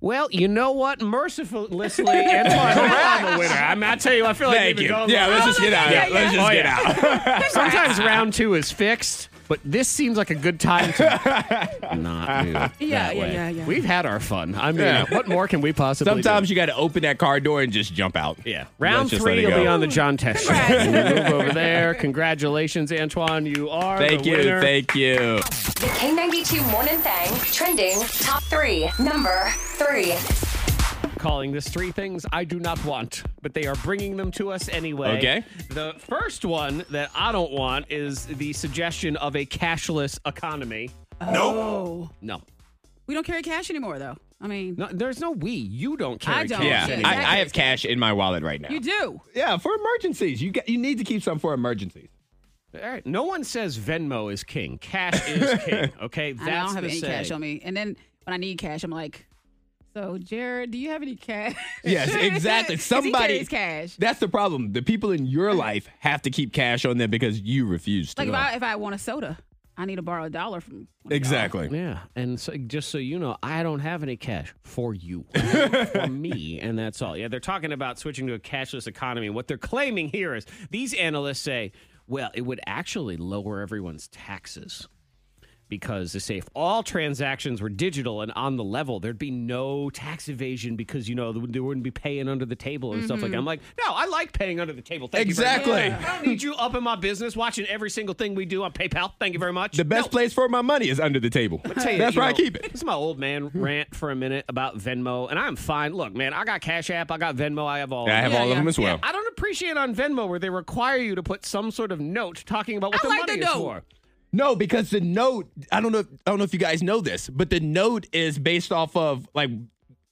Well, you know what? Mercilessly, Antoine, I'm the winner. I, mean, I tell you, I feel like Thank we've you. been going Yeah, long. let's just get out. yeah, of it. Let's yeah. just Oh, get out. Sometimes round two is fixed, but this seems like a good time to not do it. that Yeah, yeah, way. yeah, yeah. We've had our fun. I mean, Yeah. what more can we possibly do? Sometimes you got to open that car door and just jump out. Yeah. Round Let's just let three it will be go. on the John Test Show. We'll move over there. Congratulations, Antoine. You are Thank the you. winner. Thank you. The K92 Morning Thang trending top three. Number three. Calling this three things I do not want, but they are bringing them to us anyway. Okay. The first one that I don't want is the suggestion of a cashless economy. Oh. No. We don't carry cash anymore, though. I mean, no there's no we. You don't carry don't. cash Yeah, shit. anymore. I, I have cash in my wallet right now. you do. Yeah, for emergencies. You get, you need to keep some for emergencies. All right. No one says Venmo is king. Cash is king. Okay. That's I don't have the any saying. cash on me. And then when I need cash, I'm like, so Jared, do you have any cash? Yes, exactly. 'Cause he Somebody carries cash. That's the problem. The people in your life have to keep cash on them because you refuse to. Oh. Like if I if I want a soda, I need to borrow a dollar from. one of exactly. Yeah, and so, just so you know, I don't have any cash for you, for me, and that's all. Yeah, they're talking about switching to a cashless economy. What they're claiming here is these analysts say, well, it would actually lower everyone's taxes because they say if all transactions were digital and on the level, there'd be no tax evasion because you know there wouldn't be paying under the table and stuff like. that. I'm like, no, I like paying under the table. Thank You very Mm-hmm. Exactly. much. I don't need you up in my business watching every single thing we do on PayPal. Thank you very much. The best place for my money is under the table. Tell you, That's you where I know, keep it. Hmm. This is my old man rant for a minute about Venmo, and I'm fine. Look, man, I got Cash App, I got Venmo, I have all. I have Yeah, all yeah. of them as well. I don't appreciate on Venmo where they require you to put some sort of note talking about what the I like the money is note. for. No, because the note, I don't know if, I don't know if you guys know this, but the note is based off of like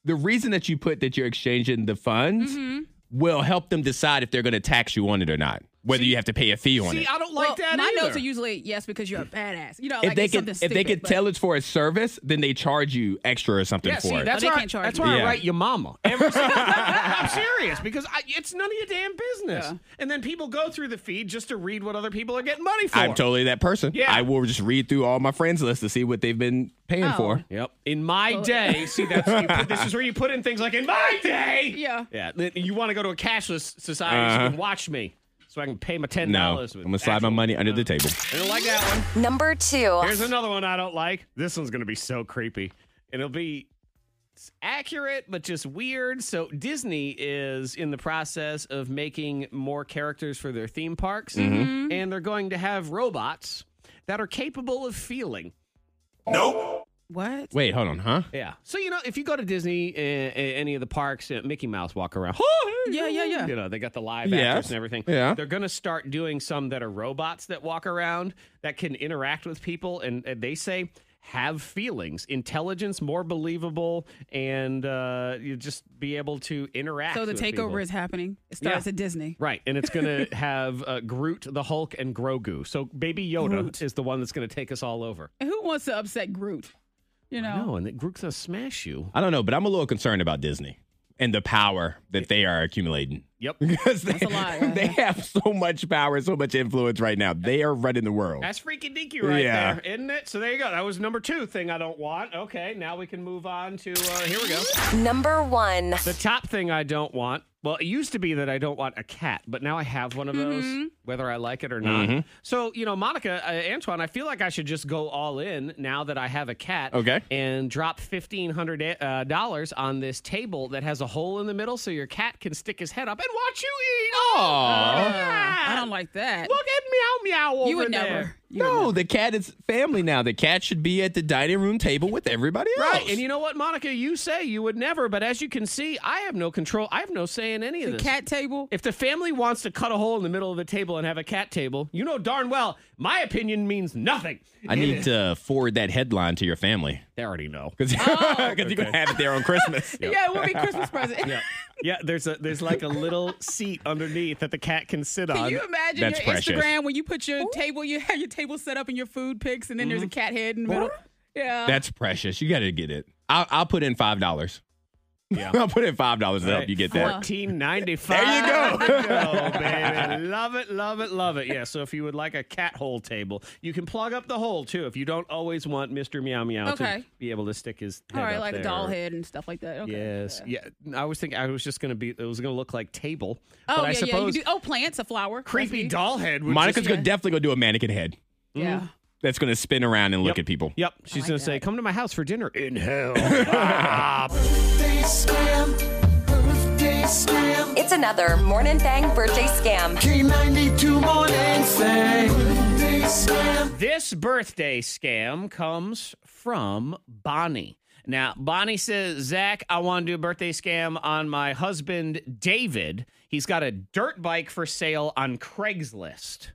the reason that you put that you're exchanging the funds Mm-hmm. will help them decide if they're going to tax you on it or not, whether you have to pay a fee on See, it. I don't like Well, that My either. notes are usually yes because you're a badass. You know, if like they it's could something if stupid, they could but- tell it's for a service, then they charge you extra or something yeah, for see, it. that's But they why, can't charge that's me. why I Yeah. write your mama. Every single I'm serious because I, it's none of your damn business. And then people go through the feed just to read what other people are getting money for. I'm totally that person. Yeah. I will just read through all my friends list to see what they've been paying Oh. for. Yep. In my day, see that's you put, this is where you put in things like in my day. Yeah. Yeah. then You want to go to a cashless society so you can watch me, so I can pay my ten Uh-huh. No, I'm dollars. gonna slide my money under the table. I don't like that one. Number two. Here's another one I don't like. This one's gonna be so creepy, and it'll be it's accurate but just weird. So Disney is in the process of making more characters for their theme parks, Mm-hmm. and they're going to have robots that are capable of feeling. Nope. what? Wait, hold on, huh? Yeah. So you know, if you go to Disney, uh, uh, any of the parks, uh, Mickey Mouse walk around. Yeah, yeah, yeah. You know, they got the live Yes. actors and everything. Yeah. They're gonna start doing some that are robots that walk around that can interact with people, and, and they say have feelings, intelligence, more believable, and uh, you just be able to interact. So the with takeover people. is happening. It starts Yeah. at Disney. Right, and it's going to have uh, Groot, the Hulk, and Grogu. So Baby Yoda is the one that's going to take us all over. And who wants to upset Groot? You know. No, and that Groot's going to smash you. I don't know, but I'm a little concerned about Disney. and the power that they are accumulating. Yep. Because they, a lot, yeah. they have so much power, so much influence right now. They are running the world. That's freaking deaky right Yeah. there, isn't it? So there you go. That was number two thing I don't want. Okay, now we can move on to uh, here we go. Number one. The top thing I don't want. Well, it used to be that I don't want a cat, but now I have one of those, Mm-hmm. whether I like it or not. Mm-hmm. So, you know, Monica, uh, Antoine, I feel like I should just go all in now that I have a cat. Okay. And drop fifteen hundred uh, dollars on this table that has a hole in the middle, so your cat can stick his head up and watch you eat. Oh. Uh, Aw. Yeah. I don't like that. Look at meow meow over You would there. never. You would No, the cat is family now. The cat should be at the dining room table with everybody else. Right, and you know what, Monica? You say you would never, but as you can see, I have no control. I have no say in any of never. this. Cat table. If the family wants to cut a hole in the middle of the table and have a cat table, you know darn well my opinion means nothing. I need to forward that headline to your family They already know. because you're gonna have it there on Christmas. Yeah, it would be Christmas present. Yeah, there's a there's like a little seat underneath that the cat can sit Can on. you imagine That's your precious. Instagram when you put your table, you have your table set up and your food picks, and then there's a cat head in the middle. Yeah. That's precious. You got to get it. I'll, I'll put in five dollars. Yeah, I'll put in five dollars to help you get that. Fourteen ninety five. There you go, baby. Love it, love it, love it. Yeah. So if you would like a cat hole table, you can plug up the hole too. If you don't always want Mister Meow Meow to Okay. be able to stick his head All right, up like there. a doll head and stuff like that. Okay. Yes. Yeah. I was thinking I was just gonna be. It was gonna look like table. Oh but I yeah, yeah. You suppose do, oh, plants, a flower. creepy doll head. Would Monica's just- gonna definitely gonna do a mannequin head Yeah. Mm-hmm. that's gonna spin around and look Yep. at people. Yep. She's like gonna say, that. "Come to my house for dinner." In hell. It's another Morning Thang birthday scam. this birthday scam comes from Bonnie. Now, Bonnie says, Zach, I want to do a birthday scam on my husband, David. He's got a dirt bike for sale on Craigslist.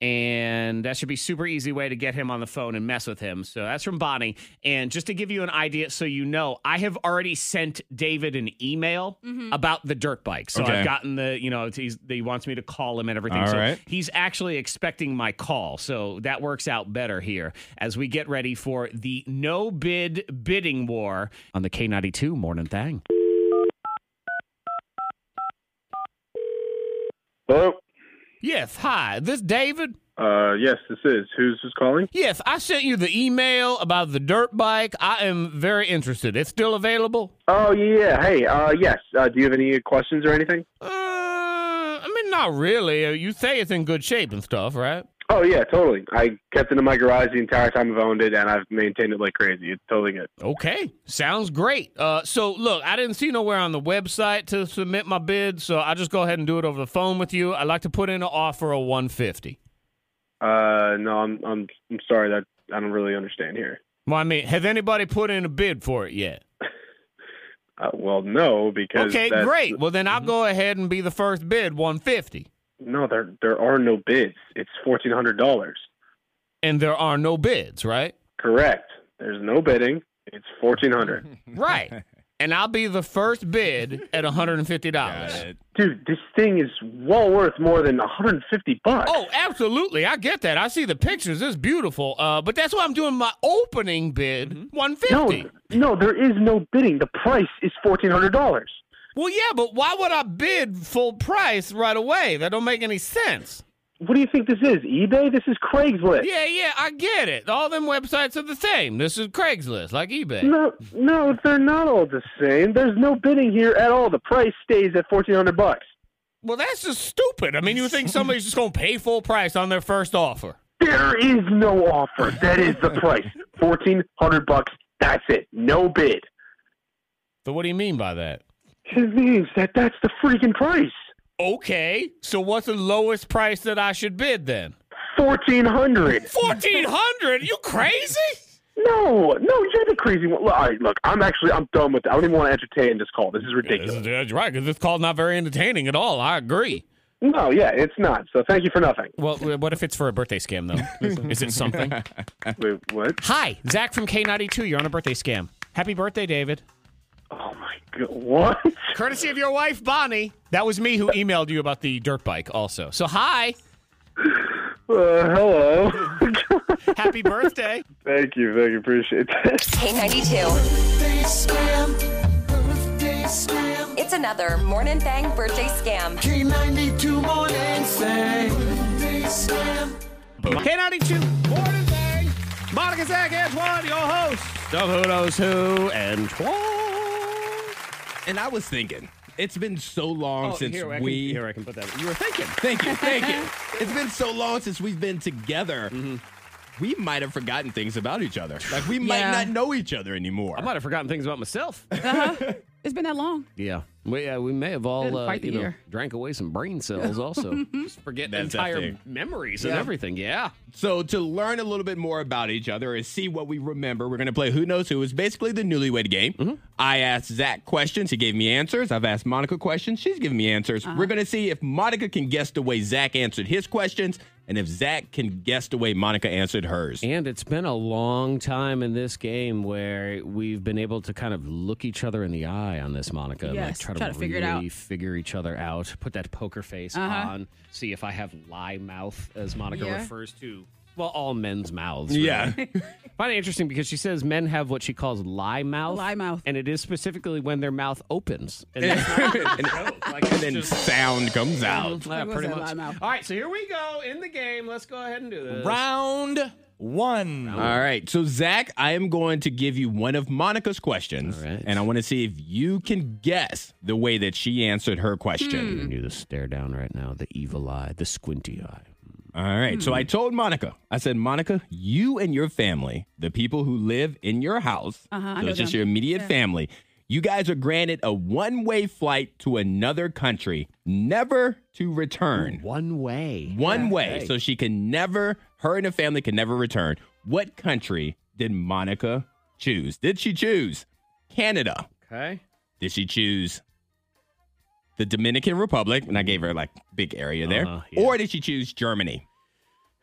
And that should be super easy way to get him on the phone and mess with him. So that's from Bonnie. And just to give you an idea, so you know, I have already sent David an email about the dirt bike. So Okay. I've gotten the, you know, it's- he's, he wants me to call him and everything. All so right. he's actually expecting my call. So that works out better here as we get ready for the no bid bidding war on the K92 Morning Thang. Hello. Yes, hi. This David. Uh, yes, this is. Who's this calling? Yes, I sent you the email about the dirt bike. I am very interested. It's still available? Oh yeah. Hey. Uh, yes. Uh, do you have any questions or anything? Uh, I mean, not really. Uh, You say it's in good shape and stuff, right? Oh yeah, totally. I kept it in my garage the entire time I've owned it, and I've maintained it like crazy. It's totally good. Okay, sounds great. Uh, so look, I didn't see nowhere on the website to submit my bid, so I just go ahead and do it over the phone with you. I'd like to put in an offer of 150. Uh, no, I'm I'm I'm sorry that I don't really understand here. Well, I mean, has anybody put in a bid for it yet? Uh, well, no, because Okay, that's- great. Well, then I'll go ahead and be the first bid, 150. No, there there are no bids. It's fourteen hundred dollars. And there are no bids, right? Correct. There's no bidding. It's fourteen hundred. Right. and I'll be the first bid at $150. Dude, this thing is well worth more than one hundred and fifty bucks. Oh, absolutely. I get that. I see the pictures. It's beautiful. Uh, but that's why I'm doing my opening bid, 150. No, no, there is no bidding. The price is fourteen hundred dollars. Well, yeah, but why would I bid full price right away? That don't make any sense. What do you think this is? eBay? This is Craigslist. Yeah, yeah, I get it. All them websites are the same. This is Craigslist, like eBay. No, no, they're not all the same. There's no bidding here at all. The price stays at fourteen hundred bucks. Well, that's just stupid. I mean, you think somebody's just going to pay full price on their first offer? There is no offer. That is the price. Fourteen hundred bucks. That's it. No bid. So, what do you mean by that? It means that that's the freaking price. Okay, so what's the lowest price that I should bid then? Fourteen hundred. Fourteen hundred? You crazy? No, no, you're the crazy one. Look, all right, look, I'm actually I'm done with it. I don't even want to entertain this call. This is ridiculous. That's right, because this call's not very entertaining at all. I agree. No, yeah, it's not. So thank you for nothing. Well, what if it's for a birthday scam though? Is it something? Wait, what? Hi, Zach from K92. You're on a birthday scam. Happy birthday, David. Oh my god, what? Courtesy of your wife, Bonnie. That was me who emailed you about the dirt bike, also. So, hi. Uh, hello. Happy birthday. thank you, thank you, appreciate that. K92. another Morning Thang birthday scam. K92 morning sang. K92 Morning Thing. Monica Zach Antoine, your host of Who Knows Who and And I was thinking, it's been so long since Oh, here, I can, we. here I can put that. You were thinking. Thank you, thank you. Mm-hmm. It's been so long since we've been together. We might have forgotten things about each other. Like we might Yeah. not know each other anymore. I might have forgotten things about myself. It's been that long. yeah, we uh, we may have all Been uh, quite the you know year. drank away some brain cells also. Just forget That's that entire thing. memories and Yeah. everything. Yeah. So to learn a little bit more about each other and see what we remember, we're gonna play Who Knows Who. It's basically the newlywed game. I asked Zach questions, he gave me answers. I've asked Monica questions, she's giving me answers. We're gonna see if Monica can guess the way Zach answered his questions, and if Zach can guess the way Monica answered hers. And it's been a long time in this game where we've been able to kind of look each other in the eye on this, Monica. and like Yes, try, try to, to figure it really out. Uh-huh. figure each other out, put that poker face on, see if I have lie mouth, as Monica Yeah. refers to. Well, all men's mouths. really. Yeah. Find it interesting because she says men have what she calls lie mouth. Lie mouth. And it is specifically when their mouth opens. And and, and then sound comes out. Yeah, was pretty that much. lie mouth? All right, so here we go in the game. Let's go ahead and do this. Round one. All right. So, Zach, I am going to give you one of Monica's questions. All right. And I want to see if you can guess the way that she answered her question. Hmm. I knew the stare down right now, the evil eye, the squinty eye. All right. Hmm. So, I told Monica, I said, Monica, you and your family, the people who live in your house, Uh-huh, I so know it's just them. your immediate family, you guys are granted a one way flight to another country, never to return. One way. One way. So, she can never, her and her family can never return. What country did Monica choose? Did she choose Canada? Okay. Did she choose the Dominican Republic? And I gave her like big area there. Uh-huh, yeah. Or did she choose Germany?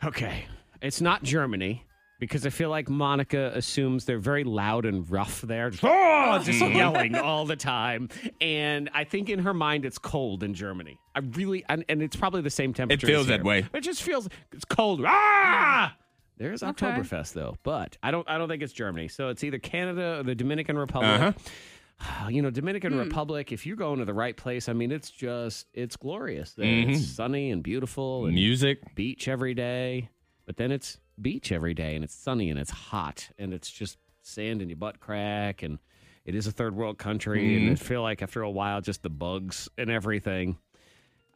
Okay. It's not Germany because I feel like Monica assumes they're very loud and rough there. Just, "Oh," just Mm-hmm. yelling all the time. And I think in her mind, it's cold in Germany. I really, and, and it's probably the same temperature. as feels that here. way. Mm-hmm. It just feels, it's cold. Ah! There's Oktoberfest though, but I don't. I don't think it's Germany. So it's either Canada or the Dominican Republic. Uh-huh. You know, Dominican Hmm. Republic. If you're going to the right place, I mean, it's just it's glorious. There. Mm-hmm. It's sunny and beautiful, and Music. beach every day, but then it's beach every day and it's sunny and it's hot and it's just sand in your butt crack and it is a third world country and Mm-hmm. I feel like after a while just the bugs and everything.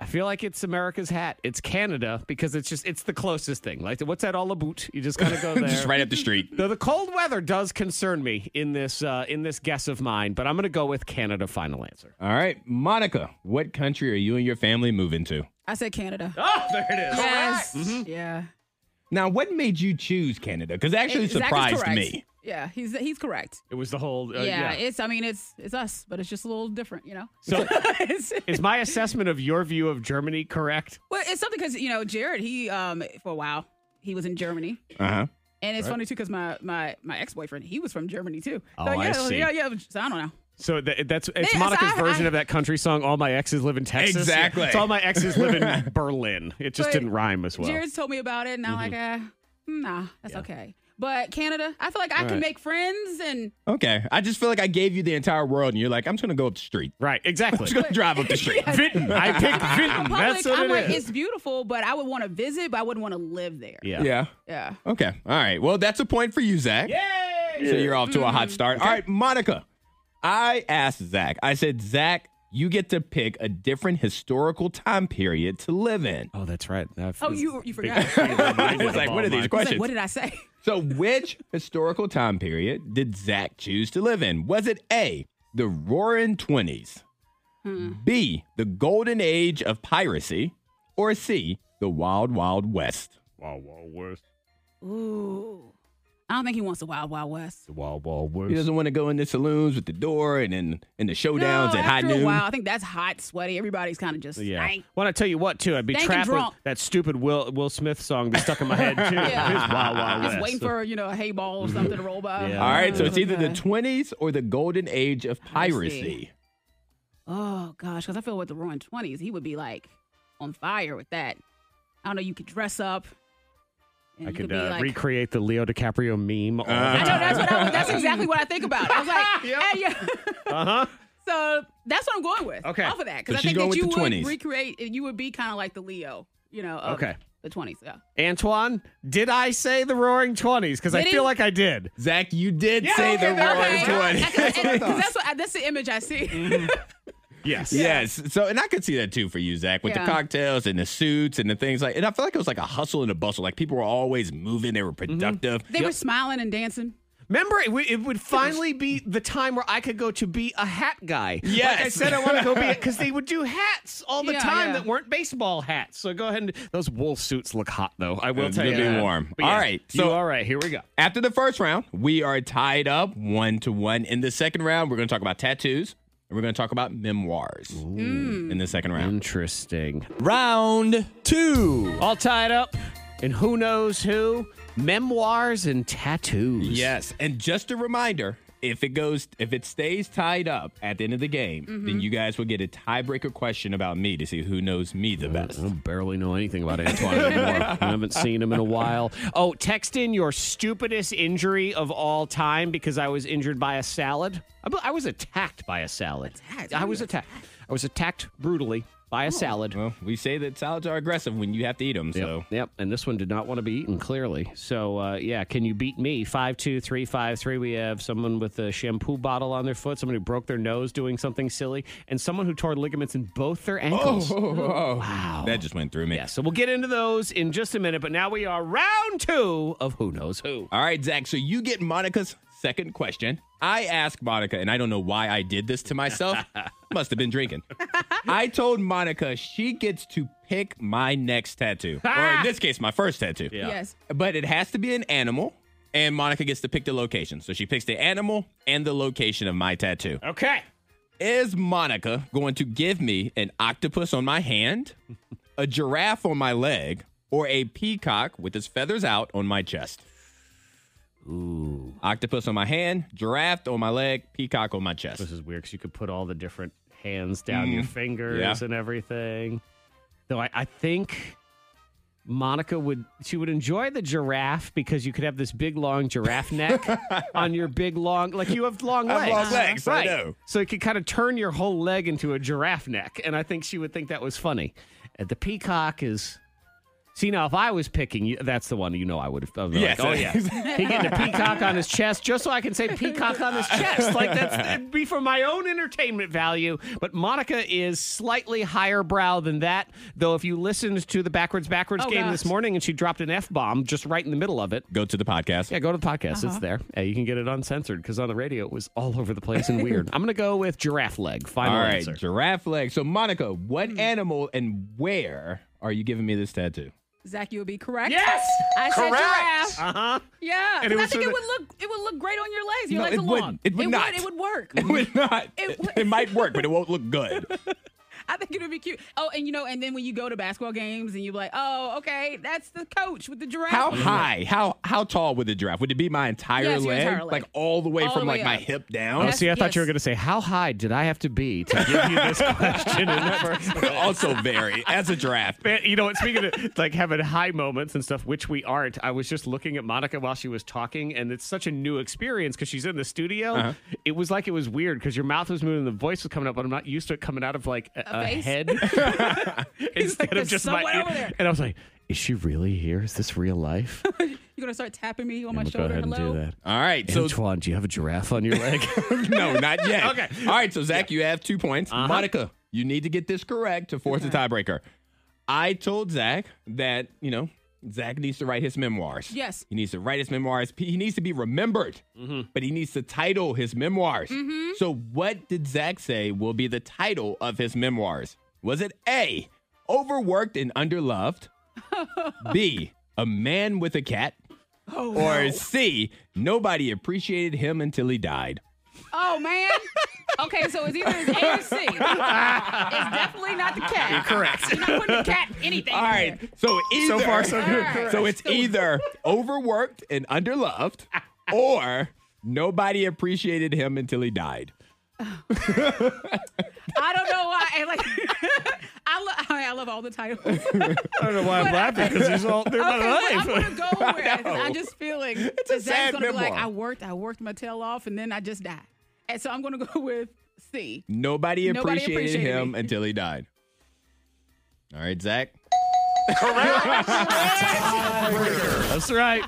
I feel like it's America's hat. It's Canada because it's just it's the closest thing. Like what's that all about? You just kind of go there. Just right up the street. Though the cold weather does concern me in this uh, in this guess of mine, but I'm going to go with Canada final answer. All right. Monica, what country are you and your family moving to? I said Canada. Oh, there it is. Mm-hmm. Yes. Yeah. Now, what made you choose Canada? Because actually Zach is surprised correct. me. Yeah, he's he's correct. It was the whole uh, yeah. yeah, it's I mean it's it's us, but it's just a little different, you know. So- It's- Is my assessment of your view of Germany correct? well, it's something because you know Jared, he um for a while he was in Germany, Uh-huh. and it's funny too because my my my ex boyfriend he was from Germany too. Oh, so, I yeah, see. yeah, yeah. So I don't know. So that, that's it's Yeah, so Monica's I- version I- of that country song. All my exes live in Texas. Exactly. Yeah. It's all my exes live in Berlin. It just But didn't rhyme as well. Mm-hmm. Jared's told me about it, and I'm like, uh, nah, that's okay. But Canada, I feel like I can right. make friends, and Okay. I just feel like I gave you the entire world and you're like, I'm just going to go up the street. Right. I'm Exactly. just going to drive up the street. Vinton. I picked Vinton. public, That's what I'm it like, is. it's beautiful, but I would want to visit, but I wouldn't want to live there. Yeah. Yeah. Yeah. Okay. All right. Well, that's a point for you, Zach. So you're off to a Mm-hmm. hot start. All right, Monica. I asked Zach. I said, Zach, you get to pick a different historical time period to live in. Oh, that's right. I've- Oh, you you forgot. it's like, what are these He's like, questions? what did I say? so, which historical time period did Zach choose to live in? Was it A, the Roaring 20s, Hmm. B, the Golden Age of Piracy, or C, the Wild Wild West? Wild Wild West. Ooh. I don't think he wants the Wild Wild West. The Wild Wild He West. doesn't want to go in the saloons with the door and then in the showdowns no, at high after noon. a while, I think that's hot, sweaty. Everybody's kind of just Yeah. yeah. Well, I tell you what, too, I'd be Thank you, trapped with drunk. that stupid Will Will Smith song that's stuck in my head too. Yeah. It's Wild Wild just West. Mm-hmm. waiting for you know a hay ball or something to roll by. "Oh, Yeah. All right, so it's either the Okay. 20s or the golden age of piracy. Oh gosh, because I feel with the roaring twenties, he would be like on fire with that. I don't know. You could dress up. And I you could be uh, like, recreate the Leo DiCaprio meme. all the I know that's what I. was- That's exactly what I think about. I was like, Yep. hey, yeah. Uh huh. So that's what I'm going with. Okay. Off of that. So Because I she's think going that with you the would 20s. recreate, you would be kind of like the Leo, you know, of Okay. the 20s. Yeah. Antoine, did I say the Roaring Twenties? Because I Did he? feel like I did. Zach, you did say the Okay. Roaring I- 'cause- and- 'cause that's, what I, that's the image I see. Mm-hmm. Yes. Yes. So, and I could see that too for you, Zach, with Yeah. the cocktails and the suits and the things like. And I feel like it was like a hustle and a bustle. Like people were always moving. They were Mm-hmm. productive. they were smiling and dancing. Remember, it, would- it would finally be the time where I could go to be a hat guy. Like I Yes. said, I want to go be because they would do hats all the Yeah, time yeah. that weren't baseball hats. So go ahead and those wool suits look hot though. I will It's tell you. gonna be that. warm. But All yeah, right, you- so- all right, here we go. After the first round, we are tied up one to one. In the second round, we're going to talk about tattoos and we're going to talk about memoirs Mm. in the second round. Interesting. Round two. All tied up, and who knows who? Memoirs and tattoos. Yes, and just a reminder: if it goes, if it stays tied up at the end of the game, then you guys will get a tiebreaker question about me to see who knows me the best. I don't barely know anything about Antoine anymore. I haven't seen him in a while. Oh, text in your stupidest injury of all time because I was injured by a salad. I bu- I was attacked by a salad. Attacked? I was attacked. I was attacked brutally by a salad. Well, we say that salads are aggressive when you have to eat them. Yep, So yep, and this one did not want to be eaten clearly. So, uh, yeah, can you beat me? Five two three five three. We have someone with a shampoo bottle on their foot, someone who broke their nose doing something silly, and someone who tore ligaments in both their ankles. Oh. wow, that just went through me. Yeah, so we'll get into those in just a minute, but now we are round two of Who Knows Who. All right, Zach. So you get Monica's second question. I asked Monica, and I don't know why I did this to myself. Must have been drinking. I told Monica she gets to pick my next tattoo, or in this case, my first tattoo. Yeah. Yes. But it has to be an animal, and Monica gets to pick the location. So she picks the animal and the location of my tattoo. Okay. Is Monica going to give me an octopus on my hand, a giraffe on my leg, or a peacock with its feathers out on my chest? Ooh. Octopus on my hand, giraffe on my leg, peacock on my chest. This is weird because you could put all the different hands down your fingers Mm. Yeah. and everything. Though I, I think Monica would she would enjoy the giraffe because you could have this big long giraffe neck on your big long like you have long I legs. have long legs, I right. know. So you could kind of turn your whole leg into a giraffe neck. And I think she would think that was funny. And the peacock is See now, if I was picking, you- that's the one you know I would have. I'd be Yes, like, oh yeah, he getting a peacock on his chest just so I can say peacock on his chest. Like that's it'd be for my own entertainment value. But Monica is slightly higher brow than that. Though if you listened to the backwards backwards Oh, game gosh. this morning and she dropped an f bomb just right in the middle of it. Go to the podcast. Yeah, go to the podcast. Uh-huh. It's there. Uh, you can get it uncensored because on the radio it was all over the place and weird. I'm gonna go with giraffe leg. Final All right, answer. giraffe leg. So, Monica, what animal and where are you giving me this tattoo? Zach, you would be correct. Yes! I said giraffe. Uh huh. Yeah, And it 'cause I was think so that- it would look it would look great on your legs. Your No, legs it are wouldn't. long. It would not. It would work. It would not. It It, would- might work, but it won't look good. I think it would be cute. Oh, and you know, and then when you go to basketball games and you're like, oh, okay, that's the coach with the giraffe. How high? How how tall would the giraffe? Would it be my entire, Mm-hmm. Yes, your leg? entire leg. Like all the way All from the way like my up. hip down? Oh, Yes, see, I thought you yes. were gonna say how high did I have to be to give you this question? And that first also very as a giraffe. Man, you know, what, speaking of like having high moments and stuff, which we aren't, I was just looking at Monica while she was talking, and it's such a new experience because she's in the studio. It was like it was weird because your mouth was moving, and the voice was coming up, but I'm not used to it coming out of like a, A a face? head instead of "There's just my someone ear. over there. And I was like, is she really here? Is this real life? I'm You're gonna start tapping me on my gonna go shoulder. ahead and Hello. do that. All right, so Antoine, do you have a giraffe on your leg? no, not yet. Okay. All right, so Zach, you have two points. Uh-huh. Monica, you need to get this correct to force a tiebreaker. I told Zach that you know Zach needs to write his memoirs. Yes. he needs to write his memoirs. He needs to be remembered, but he needs to title his memoirs. So, what did Zach say will be the title of his memoirs? Was it A, overworked and underloved? B, a man with a cat? or C, nobody appreciated him until he died? Oh man. Okay, so it's either it's A or C. It's definitely not the cat. You're correct. You're not putting the cat anything. All in right. there. So either, so far so good. All right. So it's either overworked and underloved, or nobody appreciated him until he died. I don't know why. and, like, I, lo- I, mean, I love all the titles. I don't know why I'm laughing because he's all they're Okay, what life. I'm gonna go with. know. I'm just feeling a that Zach's sad gonna be like, memoir. I worked, I worked my tail off, and then I just died. And so I'm gonna go with C. Nobody appreciated, Nobody appreciated him me. until he died. All right, Zach. That's right.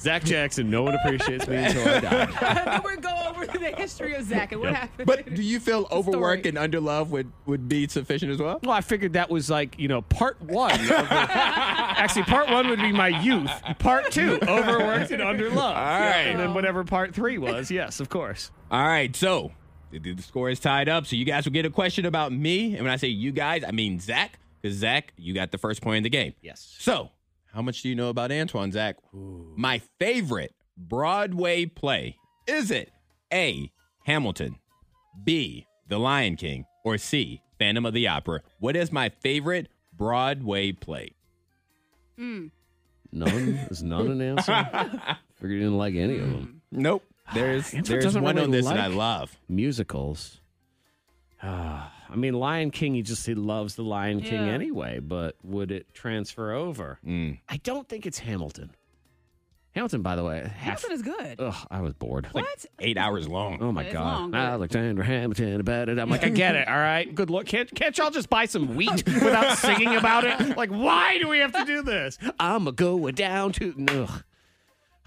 Zach Jackson, no one appreciates me until I die. then we're go over the history of Zach and what happened. But do you feel overwork and underlove would, would be sufficient as well? Well, I figured that was like, you know, part one. Of the, actually, part one would be my youth. Part two, overworked and underloved. All right. And then whatever part three was, yes, of course. All right, so the, the score is tied up. So you guys will get a question about me. And when I say you guys, I mean Zach, because Zach, you got the first point in the game. Yes. So, how much do you know about Antoine, Zach? My favorite Broadway play is it A, Hamilton, B, The Lion King, or C, Phantom of the Opera? What is my favorite Broadway play? None is none an answer. figured you didn't like any of them. Nope. There's, Ah, Antoine there's doesn't one really on this that I like- love. Musicals. Ah, I mean, Lion King, he just he loves the Lion King Yeah. anyway, but would it transfer over? Mm. I don't think it's Hamilton. Hamilton, by the way, half. Hamilton is Uh, good. Ugh, I was bored. what? Eight hours long. Oh my It's God! long, but- Alexander Hamilton about it. I'm like, I get it. All right, good luck. Can't can't y'all just buy some wheat without singing about it? Like, why do we have to do this? I'm a going down to. Ugh.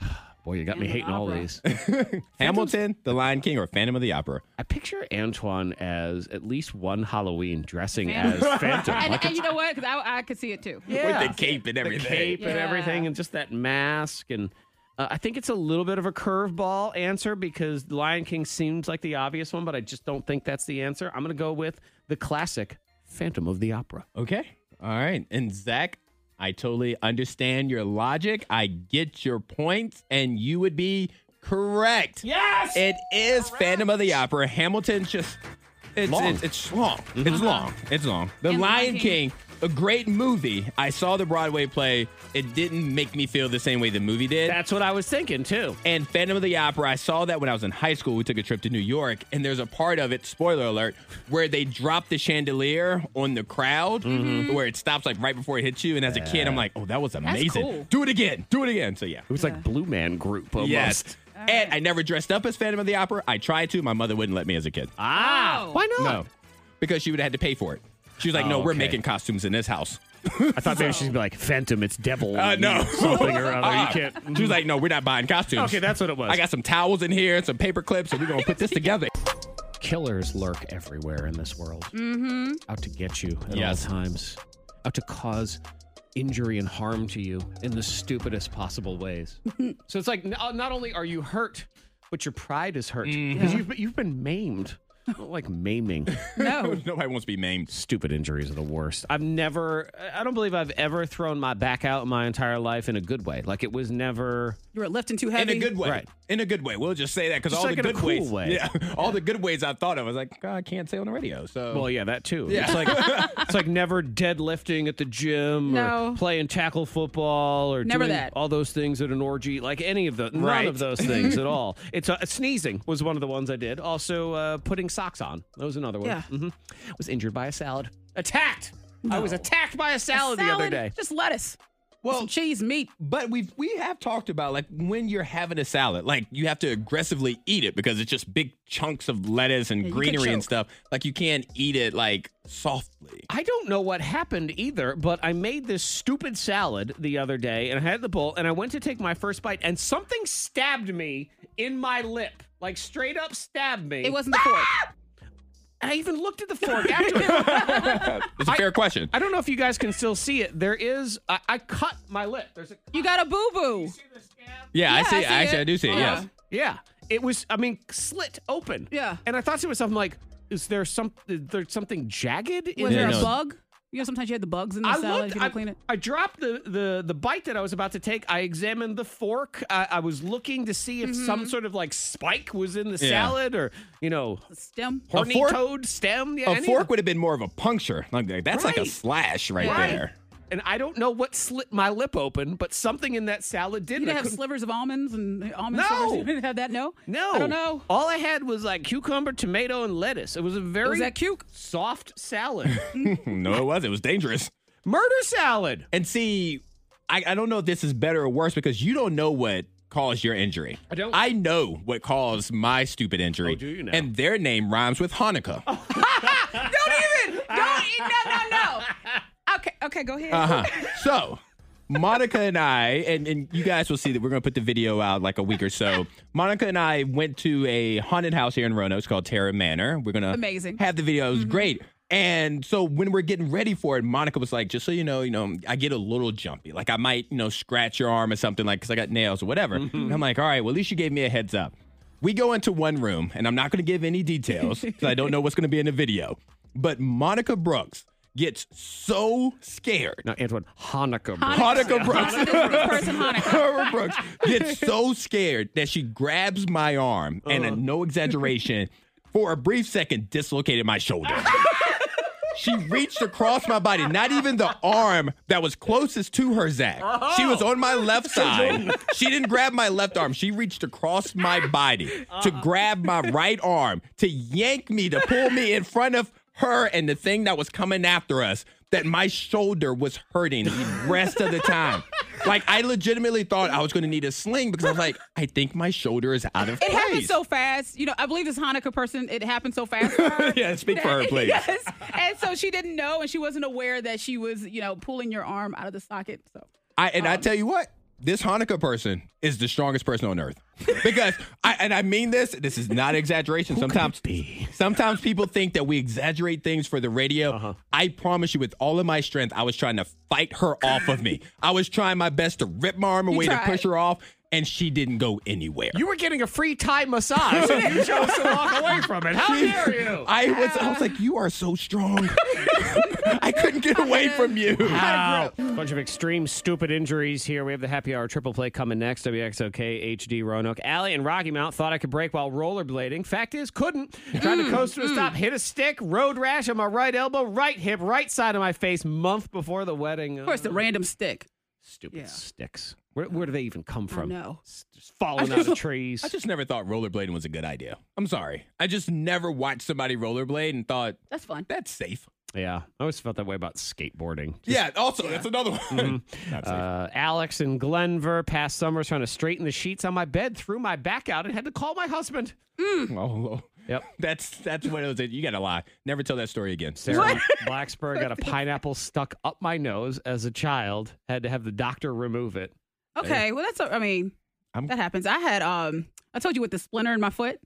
Boy, you got me Phantom hating all Opera. these. Hamilton, The Lion King, or Phantom of the Opera? I picture Antoine as at least one Halloween dressing as Phantom, and, like and you know what? Because I, I could see it too. Yeah. With the cape and the everything. cape and Yeah. everything, and just that mask. And uh, I think it's a little bit of a curveball answer because Lion King seems like the obvious one, but I just don't think that's the answer. I'm going to go with the classic Phantom of the Opera. Okay. All right. And Zach, I totally understand your logic. I get your points, and you would be correct. Yes. It is Phantom of the Opera. Hamilton's just it's Long. It's, it's long. It's long. It's long. The And The Lion Lion King. A great movie. I saw the Broadway play. It didn't make me feel the same way the movie did. That's what I was thinking too. and Phantom of the Opera. I saw that when I was in high school. We took a trip to New York, and there's a part of it, spoiler alert, where they drop the chandelier on the crowd, Mm-hmm. where it stops like right before it hits you. And as a kid, I'm like, oh, that was amazing. cool. Do it again. Do it again. So, yeah. It was like Blue Man Group almost. Yes. And I never dressed up as Phantom of the Opera. I tried to. My mother wouldn't let me as a kid. Ah, Oh. why No, not? because she would have had to pay for it. She was like, Oh, no, we're okay. making costumes in this house. I thought maybe she'd be like Phantom. It's devil. Uh, no. something or other. Uh-uh. You can't. She was like, no, we're not buying costumes. Mm-hmm. Okay, that's what it was. I got some towels in here and some paper clips, and we're going to put this together. killers lurk everywhere in this world. Mm-hmm. Out to get you at Yes. all times. Out to cause injury and harm to you in the stupidest possible ways. so it's like n- uh, not only are you hurt, but your pride is hurt because you've been- you've been maimed. I don't like maiming. No. Nobody wants to be maimed. Stupid injuries are the worst. I've never, I don't believe I've ever thrown my back out in my entire life in a good way. Like it was never. You were lifting too in heavy. a good way. Right. In a good way. We'll just say that because Just all like in the a good cool ways, way. yeah, all the good ways I thought of, I was like, "God, I can't say on the radio. So, Well, yeah, that too. Yeah. It's like it's like never deadlifting at the gym No. or playing tackle football or Never doing that. all those things at an orgy, like any of the Right. none of those things at all. It's uh, sneezing was one of the ones I did. Also, uh, putting socks on. That was another one. Yeah. hmm Was injured by a salad. Attacked. I was attacked by a salad, the other Salad, day. Just lettuce. Well- some cheese, meat. but we we have talked about like when you're having a salad, like you have to aggressively eat it because it's just big chunks of lettuce and Yeah, you could greenery and choke. stuff. Like you can't eat it like softly. I don't know what happened either, but I made this stupid salad the other day and I had the bowl and I went to take my first bite and something stabbed me in my lip. Like straight up stabbed me. It wasn't the fork. I even looked at the fork afterward. It's a fair question. I don't know if you guys can still see it. There is, I, I cut my lip. There's a, You got a boo boo. yeah, I Yeah, see. I it. see Actually, it. I do see it. Yeah. Yes. yeah. It was, I mean, slit open. Yeah. And I thought to myself, I'm like, is there some, is there something jagged in Was there? there a no. bug? You know, sometimes you had the bugs in the I salad. looked. if you I, don't clean it. I dropped the, the the bite that I was about to take. I examined the fork. I, I was looking to see if Mm-hmm. some sort of like spike was in the Yeah. salad or you know The stem. A horny fork- toad stem. Yeah, A any- fork would have been more of a puncture. Like that's like a Right. slash right, Right. there. And I don't know what slit my lip open, but something in that salad did. You and I didn't have couldn't- slivers of almonds and almond No. slivers. You didn't have that, no? no, I don't know. All I had was like cucumber, tomato, and lettuce. It was a very Was that cute? soft salad, No, it was. It was dangerous. murder salad. And see, I, I don't know if this is better or worse because you don't know what caused your injury. I don't- Oh, I know what caused my stupid injury. do you now? And their name rhymes with Hanukkah. Don't even. Don't. e- No, no, no. Okay, okay, go ahead. Uh huh. So, Monica and I, and, and you guys will see that we're going to put the video out like a week or so. Monica and I went to a haunted house here in Roanoke. It's called Terra Manor. We're going to Amazing. have the video. It was great. And so when we're getting ready for it, Monica was like, just so you know, you know, I get a little jumpy. Like I might, you know, scratch your arm or something like because I got nails or whatever. And I'm like, all right, well, at least you gave me a heads up. We go into one room, and I'm not going to give any details because I don't know what's going to be in the video. But Monica Brooks gets so scared. No, Antoine, Hanukkah. Bro. Hanukkah Brooks. Hanukkah, this- this person, Hanukkah. Hanukkah Brooks gets so scared that she grabs my arm and, uh, no exaggeration, for a brief second, dislocated my shoulder. She reached across my body, not even the arm that was closest to her, Zach. She was on my left side. She didn't grab my left arm. She reached across my body to grab my right arm, to yank me, to pull me in front of her and the thing that was coming after us, that my shoulder was hurting the rest of the time. Like, I legitimately thought I was going to need a sling because I was like, I think my shoulder is out of It place. happened so fast. You know, I believe this Hanukkah person, it happened so fast for her. Yeah, speak for her, please. yes. And so she didn't know and she wasn't aware that she was, you know, pulling your arm out of the socket. So I and I tell you what, this Hanukkah person is the strongest person on earth because I and I mean this. This is not exaggeration. sometimes sometimes people think that we exaggerate things for the radio. I promise you, with all of my strength, I was trying to fight her off of me. I was trying my best to rip my arm away to tried. push her off, and she didn't go anywhere. You were getting a free Thai massage and you chose to walk away from it. How dare you? I was I was like, you are so strong. I couldn't get away from you. Wow. Bunch of extreme stupid injuries here. We have the happy hour triple play coming next. WXOK HD Roanoke. Allie and Rocky Mount thought I could break while rollerblading. Fact is, couldn't. Tried Mm, to coast to a stop, hit a stick, road rash on my right elbow, right hip, right side of my face month before the wedding. Oh, of course the random stick. stupid Yeah. sticks. Where, where do they even come I from? know. S- Just falling out of trees. I just never thought rollerblading was a good idea. I'm sorry. I just never watched somebody rollerblade and thought That's fun. that's safe. yeah, I always felt that way about skateboarding. yeah. Also, that's another one. Not safe. Uh, Alex and Glenver past summers trying to straighten the sheets on my bed, threw my back out, and had to call my husband. Oh, Yep. that's that's what it was. You got to lie. Never tell that story again. Sarah Blacksburg got a pineapple stuck up my nose as a child. Had to have the doctor remove it. Okay. Well that's a, I mean I'm- that happens. I had um I told you with the splinter in my foot.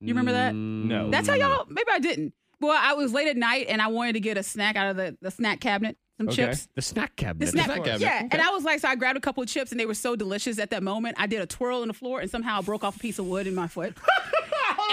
You remember that? Mm. No. That's how y'all. Maybe I didn't. Well, I was late at night and I wanted to get a snack out of the, the snack cabinet, some Okay. chips. The snack cabinet. The snack, snack cabinet, yeah. okay. And I was like, so I grabbed a couple of chips and they were so delicious at that moment. I did a twirl on the floor and somehow I broke off a piece of wood in my foot,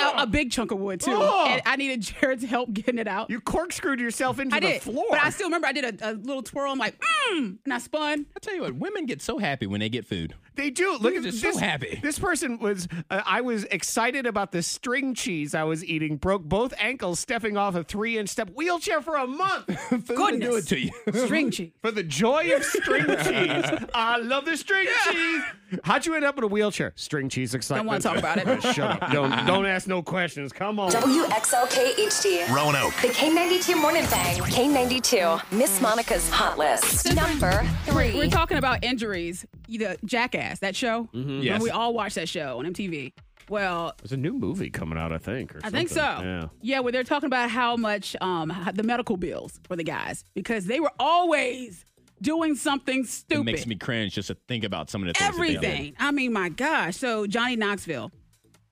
a, a big chunk of wood too. Oh. And I needed Jared's help getting it out. You corkscrewed yourself into I the did, floor. but I still remember I did a, a little twirl. I'm like, mmm, and I spun. I tell you what, women get so happy when they get food. They do. Look at just this. so happy. This person was. Uh, I was excited about the string cheese I was eating. Broke both ankles, stepping off a three-inch step wheelchair for a month food will do it to you. String cheese. for the joy of string cheese. I love the string cheese. How'd you end up in a wheelchair? String cheese Don't excitement. Uh, want to talk about it. Shut up. Don't don't ask no questions. Come on. WXLK HD. Roanoke. The K92 Morning Thing. K92. Miss Monica's Hot List. Number three. We're talking about injuries. The Jackass, that show. Mm-hmm. Yes. we all watched that show on MTV. Well, There's a new movie coming out, I think. Or I think so. Yeah. where they're talking about how much um how- the medical bills for the guys because they were always doing something It stupid. makes me cringe just to think about some of the things. that they did. Everything. I mean, my gosh. So Johnny Knoxville,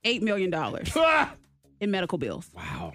eight million dollars Ah! in medical bills, Wow.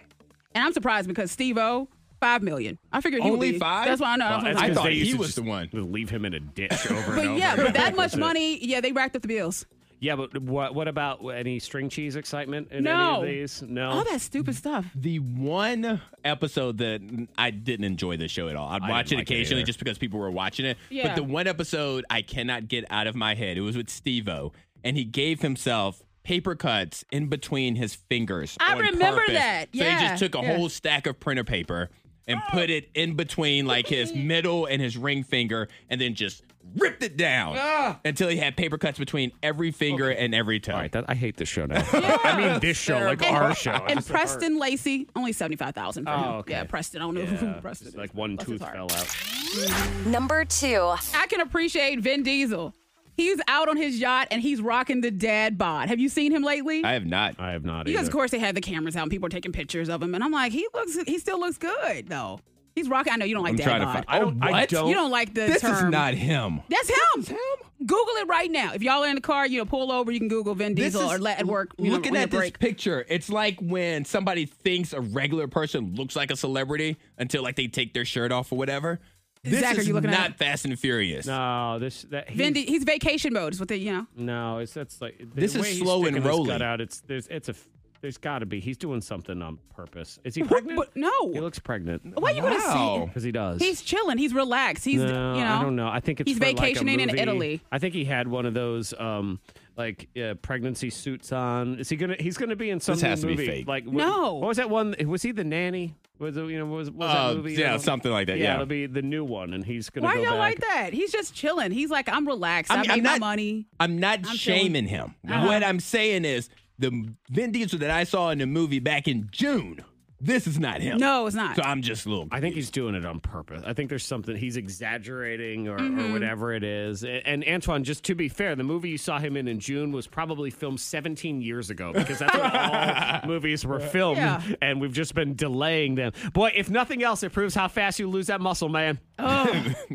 and I'm surprised because Steve O, five million. I figured he would Only be- five? That's why I know. Well, I'm that's surprised. 'cause thought they he used to was just the one. Leave him in a ditch over and But over. yeah, but that much That's it. money, yeah, they racked up the bills. Yeah, but what what about any string cheese excitement in any No. of these? No. All that stupid stuff. The one episode that I didn't enjoy the show at all. I'd I watch it didn't like it occasionally either. just because people were watching it. Yeah. But the one episode I cannot get out of my head, it was with Steve O, and he gave himself paper cuts in between his fingers. I on remember purpose. that. So he Yeah. just took a Yeah. whole stack of printer paper and Oh. put it in between like his middle and his ring finger and then just ripped it down until he had paper cuts between every finger and every toe. Ah. All right, that, I hate this show now. I mean this show, like And- our show. It's And just like our- Preston Lacey, only seventy five thousand. Oh, him. okay. Yeah, Preston. I don't know Yeah, who Preston. just is. like one Bless tooth his heart. fell out. Number two. I can appreciate Vin Diesel He's out on his yacht and he's rocking the dad bod. Have you seen him lately? I have not. I have not. Because of course they had the cameras out and people are taking pictures of him, and I'm like, he looks, he still looks good though. He's rocking. I know you don't like I'm dad trying to bod. find- I don't- I What? don't- You don't like the This is term. not him. That's him. Google it right now. If y'all are in the car, you know, pull over. You can Google Vin This Diesel is- or let it work. You know, Looking on at the this break. picture, it's like when somebody thinks a regular person looks like a celebrity until like they take their shirt off or whatever. This Zach, are is you looking at not Fast and Furious. No, this that he's, Vin, D- he's vacation mode. Is what they, you know. no, it's that's like the This is way he's slow and sticking his rolling. gut out. It's there's it's a there's got to be he's doing something on purpose. Is he pregnant? But no. He looks pregnant. Why you gonna see- Wow. Because he does. He's chilling. He's relaxed. He's, no, you know. I don't know. I think it's he's for, like, a vacationing in movie. Italy. I think he had one of those um like uh, pregnancy suits on. Is he gonna? He's gonna be in some This new has to be movie. fake. Like wh- No. What was that one? Was he the nanny? Was it, you know what was, what was Uh, that movie? yeah, Um, something like that, yeah. it'll be the new one, and he's gonna. Why go y'all back. like that? He's just chilling. He's like, I'm relaxed. I, I'm- made I'm my not- money. I'm not I'm Uh-huh. shaming him. What I'm saying is the Vin Diesel that I saw in the movie back in June. This is not him. No, it's not. So I'm just a little. I think he's doing it on purpose. I think there's something he's exaggerating or, Mm-hmm. or whatever it is. A- And Antoine, just to be fair, the movie you saw him in in June was probably filmed 17 years ago because that's when all movies were filmed, Yeah. and we've just been delaying them. Boy, if nothing else, it proves how fast you lose that muscle, man.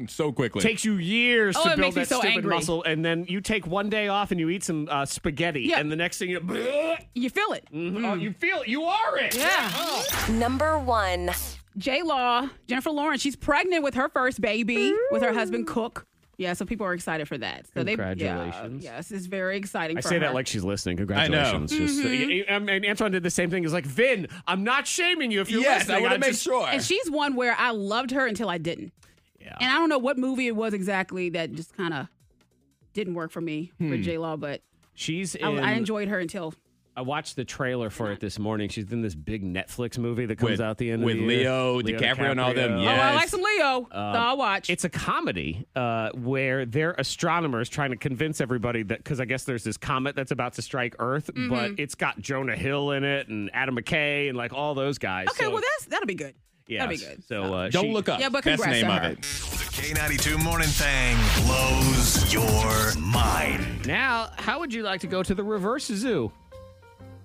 so quickly. takes you years Oh, to it build makes me that so stupid angry. muscle, and then you take one day off and you eat some uh, spaghetti, Yeah. and the next thing you, You feel it. oh, you feel it. you are it. Yeah. Number one. J Law, Jennifer Lawrence, she's pregnant with her first baby with her Mm. husband Cook. Yeah, so people are excited for that. So they- yeah, Congratulations. yes, it's very exciting. I for say that her. like she's listening. Congratulations. Mm-hmm. Just, I mean, Antoine did the same thing. He's like, Vin, I'm not shaming you if you're yes, listening. I want to make just- sure. And she's one where I loved her until I didn't. Yeah. And I don't know what movie it was exactly that just kind of didn't work for me for J Law, but She's Hmm. in. I, I, I enjoyed her until watched the trailer for it this morning. She's in this big Netflix movie that comes With- out the end with of the Leo year. DiCaprio and all them, DiCaprio. oh, I Yes. like some Leo, so Um, I'll watch. It's a comedy uh, where they're astronomers trying to convince everybody that because I guess there's this comet that's about to strike Earth, Mm-hmm. but it's got Jonah Hill in it and Adam McKay and like all those guys. okay, so, well that's that'll be good. yeah, that'll be good. So uh, Don't she- look up. Yeah, but That's the congrats name to of her. it. The K92 Morning Thang blows your mind. Now, how would you like to go to the reverse zoo?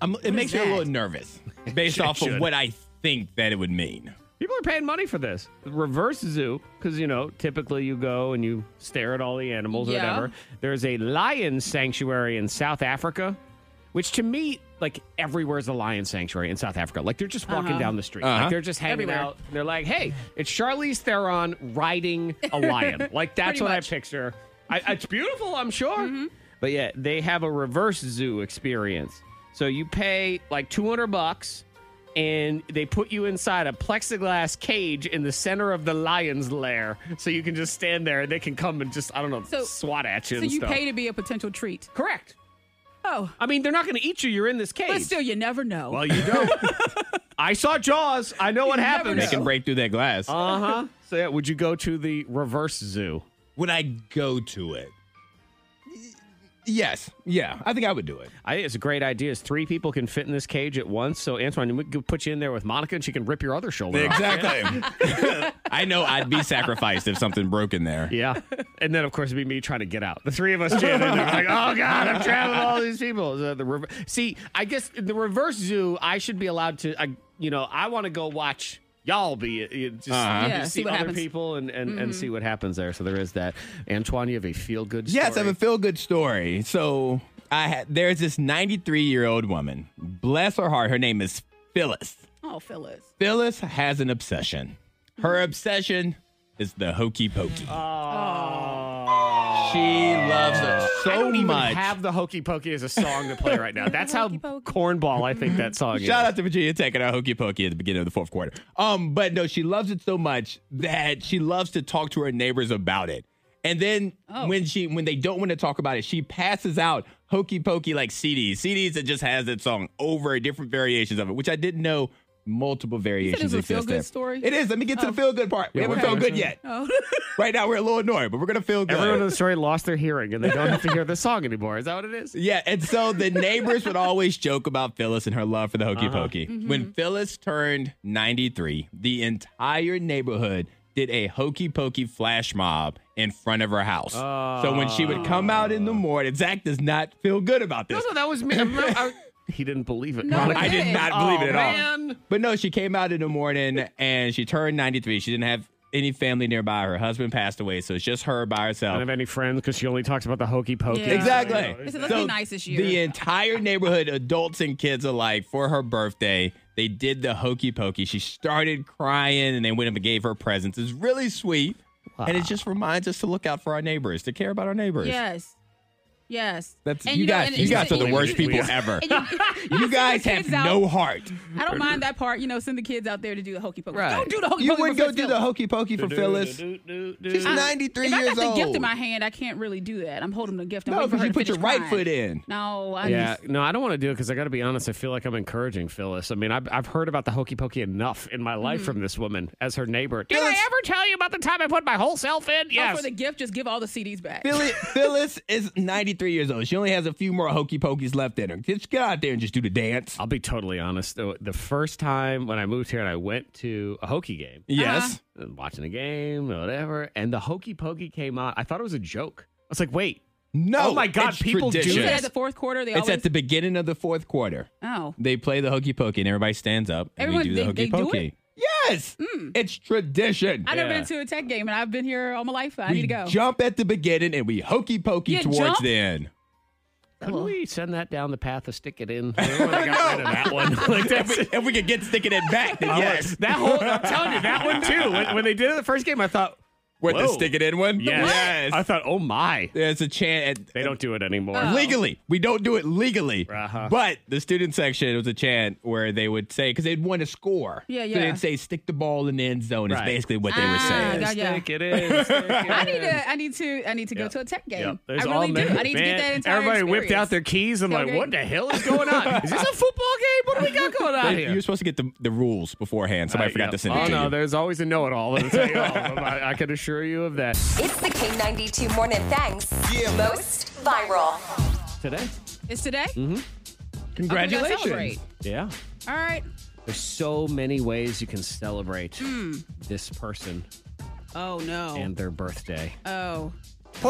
I'm, it makes me a that? little nervous based It off of should. what I think that it would mean. People are paying money for this. Reverse zoo, because, you know, typically you go and you stare at all the animals or Yeah. whatever. There's a lion sanctuary in South Africa, which to me, like, everywhere's a lion sanctuary in South Africa. Like, they're just walking down the street. Uh-huh. Like, they're just hanging Everywhere. out. And they're like, hey, it's Charlize Theron riding a lion. like, that's Pretty what much. Mm-hmm. I picture. I, it's beautiful, I'm sure. But yeah, they have a reverse zoo experience. So you pay like 200 bucks and they put you inside a plexiglass cage in the center of the lion's lair so you can just stand there and they can come and just I don't know So- swat at you So and you stuff. pay to be a potential treat. Correct. Oh, I mean, they're not going to eat you. You're in this cage. but still, you never know. well, you don't. I saw Jaws. I know what never happens. They can break through that glass. Uh huh. So yeah, would you go to the reverse zoo? would I go to it? Yes. Yeah, I think I would do it. I think it's a great idea. Is three people can fit in this cage at once. So Antoine, we could put you in there with Monica, and she can rip your other shoulder. off. Exactly. I know I'd be sacrificed if something broke in there. Yeah. And then, of course, it'd be me trying to get out. The three of us did. And they're like, oh, God, I'm traveling all these people. So the rever- See, I guess in the reverse zoo, I should be allowed to, I, you know, I want to go watch y'all be uh, you just, Uh-huh. Yeah, just see see, what other happens. Mm-hmm. people and, and, and see what happens there. So there is that. Antoine, you have a feel good story. Yes, I have a feel good story. So I ha- there's this 93 year old woman. Bless her heart. Her name is Phyllis. oh, Phyllis. Phyllis has an obsession. Her obsession is the hokey pokey. She loves it so I don't even much. have the Hokey Pokey as a song to play right now. That's how cornball I think that song Shout is. out to Virginia Tech and our hokey pokey at the beginning of the fourth quarter. Um, but no, she loves it so much that she loves to talk to her neighbors about it. And then Oh. when she when they don't want to talk about it, she passes out hokey pokey like CDs, CDs that just has that song over different variations of it, which I didn't know multiple variations was a exist. feel-good there. story? Oh. It is. Let me get to the feel good part. We haven't we're felt gonna- good yet. right now we're a little annoyed, but we're gonna feel good. Everyone in the story lost their hearing and they don't have to hear the song anymore. Is that what it is? Yeah, and so the neighbors would always joke about Phyllis and her love for the hokey pokey. When Phyllis turned 93, the entire neighborhood did a hokey pokey flash mob in front of her house. so when she would come out in the morning, Zach does not feel good about this. No, no, that was me. I remember- I- he didn't believe it. No, Monica. he I did didn't. not believe it at Aw, all. Oh, man. But no, she came out in the morning and she turned 93. She didn't have any family nearby. Her husband passed away, so it's just her by I don't have herself. any friends because she only talks about the hokey pokey. Yeah. Exactly. I said, let's be nice this year. The entire neighborhood, adults and kids alike, for her birthday, they did the hokey pokey. She started crying and they went up and gave her presents. It's really sweet. And it just reminds us to look out for our neighbors, to care about our neighbors. Yes. Yes. That's And you, know, guys. and- you and guys are said- the worst people Please. ever. and you- You guys send have the kids no out. heart. I don't mind that part. You know, send the kids out there to do the hokey pokey. Right. Don't do the hokey You pokey. wouldn't for go do the Phyllis. hokey pokey for Phyllis. She's I- 93 if years I got the gift old. in my hand, I can't really do that. I'm holding the gift. I'm No, waiting because for her you to put your finish right crying. foot in. No, I Yeah, just- oh, no, I don't want to do it because I got to be honest. I feel like I'm encouraging Phyllis. I mean, I've, I've heard about the hokey pokey enough in my life from this woman as her neighbor. Mm-hmm. Did Phyllis- I ever tell you about the time I put my whole self in? Oh, Yes. for the gift, just give all the CDs back. Phyllis, Phyllis is 93 years old. She only has a few more hokey pokeys left in her. Just get out there and just do the dance. I'll be totally honest. though, The first time when I moved here and I went to a hokey game, Yes. and watching a game, whatever, and the hokey pokey came on, I thought it was a joke. I was like, wait, No. Oh my God, it's people do You tradition. said this. at the fourth quarter, they It's always at the beginning of the fourth quarter. oh They play the hokey pokey and everybody stands up and Everyone- we do they- the hokey they do pokey. it? Mm. Yes. It's tradition. I've never Yeah. been to a tech game, and I've been here all my life. I we need to go. jump at the beginning and we hokey pokey You towards jump? the end. could we send that down the path of stick it in? I don't know when I got rid of that one. Like, that's- If we could get sticking it back, then I was- yes. That whole, I'm telling you, that one too. When, when they did it the first game, I thought, With the Whoa. stick it in one? yes. yes. I thought, oh my. There's a chance. They don't do it anymore. Oh, legally. We don't do it legally. Uh-huh. But the student section was a chant where they would say because they'd want to score. Yeah, So yeah. they'd say stick the ball in the end zone. Is Right. basically what they were Ah, saying. got ya. Stick it in. stick it I need in. to. I need to. I need to go Yeah. to a tech game. Yeah, there's I all really do. man- I need to man, get that entire. Everybody whipped out their experience. keys. I'm like, Tailgate. what the hell is going on? is this a football game? What do we got going on They- here? You're supposed to get the, the rules beforehand. Somebody forgot to send it Oh to no, you. there's always a know-it-all. that'll tell you all. I, I can assure you of that. It's the K92 Morning Thangs most viral. Today, It's today. Mm-hmm. Congratulations. Congratulations. yeah. All right. There's so many ways you can celebrate this person Oh no. and their birthday. oh. Put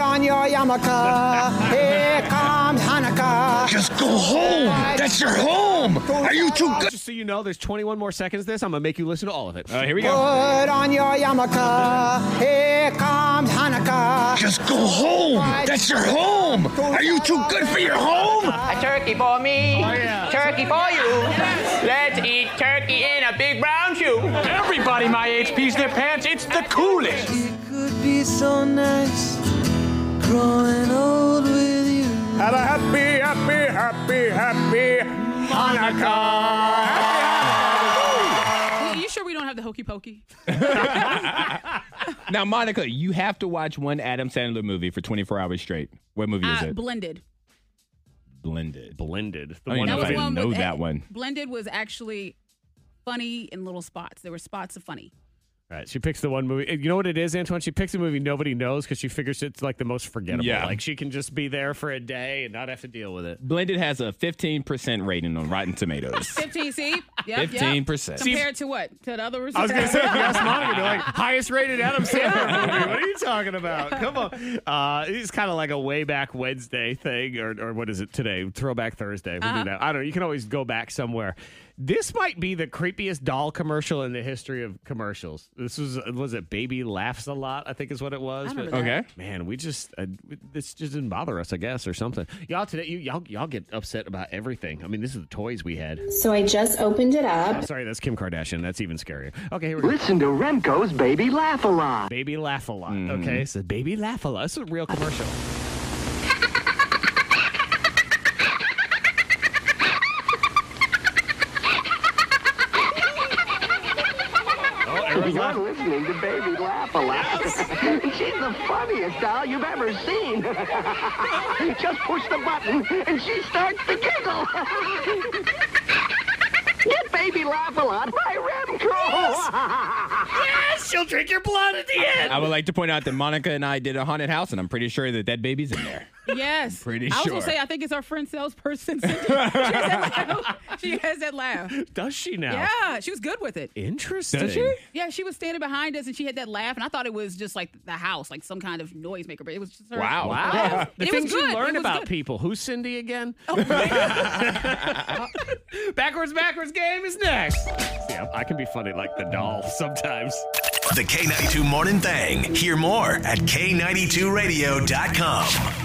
on your yarmulke. Here comes Hanukkah. Just go home. That's your home. Are you too good? Just so you know, there's 21 more seconds. of This I'm gonna make you listen to all of it. Uh, here we go. Put on your yarmulke. Here comes Hanukkah. Just go home. That's your home. Are you too good for your home? A turkey for me, turkey for you. Let's eat turkey in a big brown shoe. Everybody my age pees their pants. It's the coolest. Could be so nice growing old with you. Have a happy, happy, happy, happy Hanukkah. You- you sure we don't have the hokey pokey? Now, Monica, you have to watch one Adam Sandler movie for 24 hours straight. What movie is Uh, it? blended. Blended. Blended. The I mean, one that That with was I the- one know with- e- that one. Blended was actually funny in little spots. There were spots of funny. Right. She picks the one movie. You know what it is, Antoine? She picks a movie nobody knows because she figures it's like the most forgettable. Yeah. Like she can just be there for a day and not have to deal with it. Blended has a 15% rating on Rotten Tomatoes. 15, see? Yep, yep. 15%. Compared to what? To the other results? I was going to say, if you ask Monica, be like, highest rated Adam Sandler movie. What are you talking about? Come on. Uh, it's kind of like a way back Wednesday thing, or, or what is it today? Throwback Thursday. We Uh-huh. do that. I don't know. You can always go back somewhere. This might be the creepiest doll commercial in the history of commercials. This was, was it Baby Laughs a Lot? I think is what it was. remember But- oh, that. Okay. Man, we just uh, this just didn't bother us, I guess, or something. Y'all today, you, y'all y'all get upset about everything. I mean, this is the toys we had. So I just opened it up. Oh, sorry, that's Kim Kardashian. That's even scarier. Okay, here we go. Listen to Remco's Baby Laugh a Lot. Baby laugh a lot. Mm-hmm. Okay, so baby laugh a lot. This is a real commercial. oh, everyone's You're laughing. listening to Baby Laugh a Lot. She's the funniest doll you've ever seen. Just push the button and she starts to giggle. Get Baby Laugh a Lot by Remco. yes, she'll drink your blood at the end. I would like to point out that Monica and I did a haunted house, and I'm pretty sure that that baby's in there. Yes. Pretty I was sure. gonna say I think it's our friend salesperson. Cindy. she, has that laugh. she has that laugh. Does she now? Yeah, she was good with it. Interesting. Does she? Yeah, she was standing behind us and she had that laugh, and I thought it was just like the house, like some kind of noisemaker, but it was just her. Wow. Yeah, Wow. It The was, it things was good. you It learn was about good. people. Who's Cindy again? backwards, backwards game is next. Yeah, I can be funny like the doll sometimes. The K92 Morning Thang. Hear more at K92Radio.com.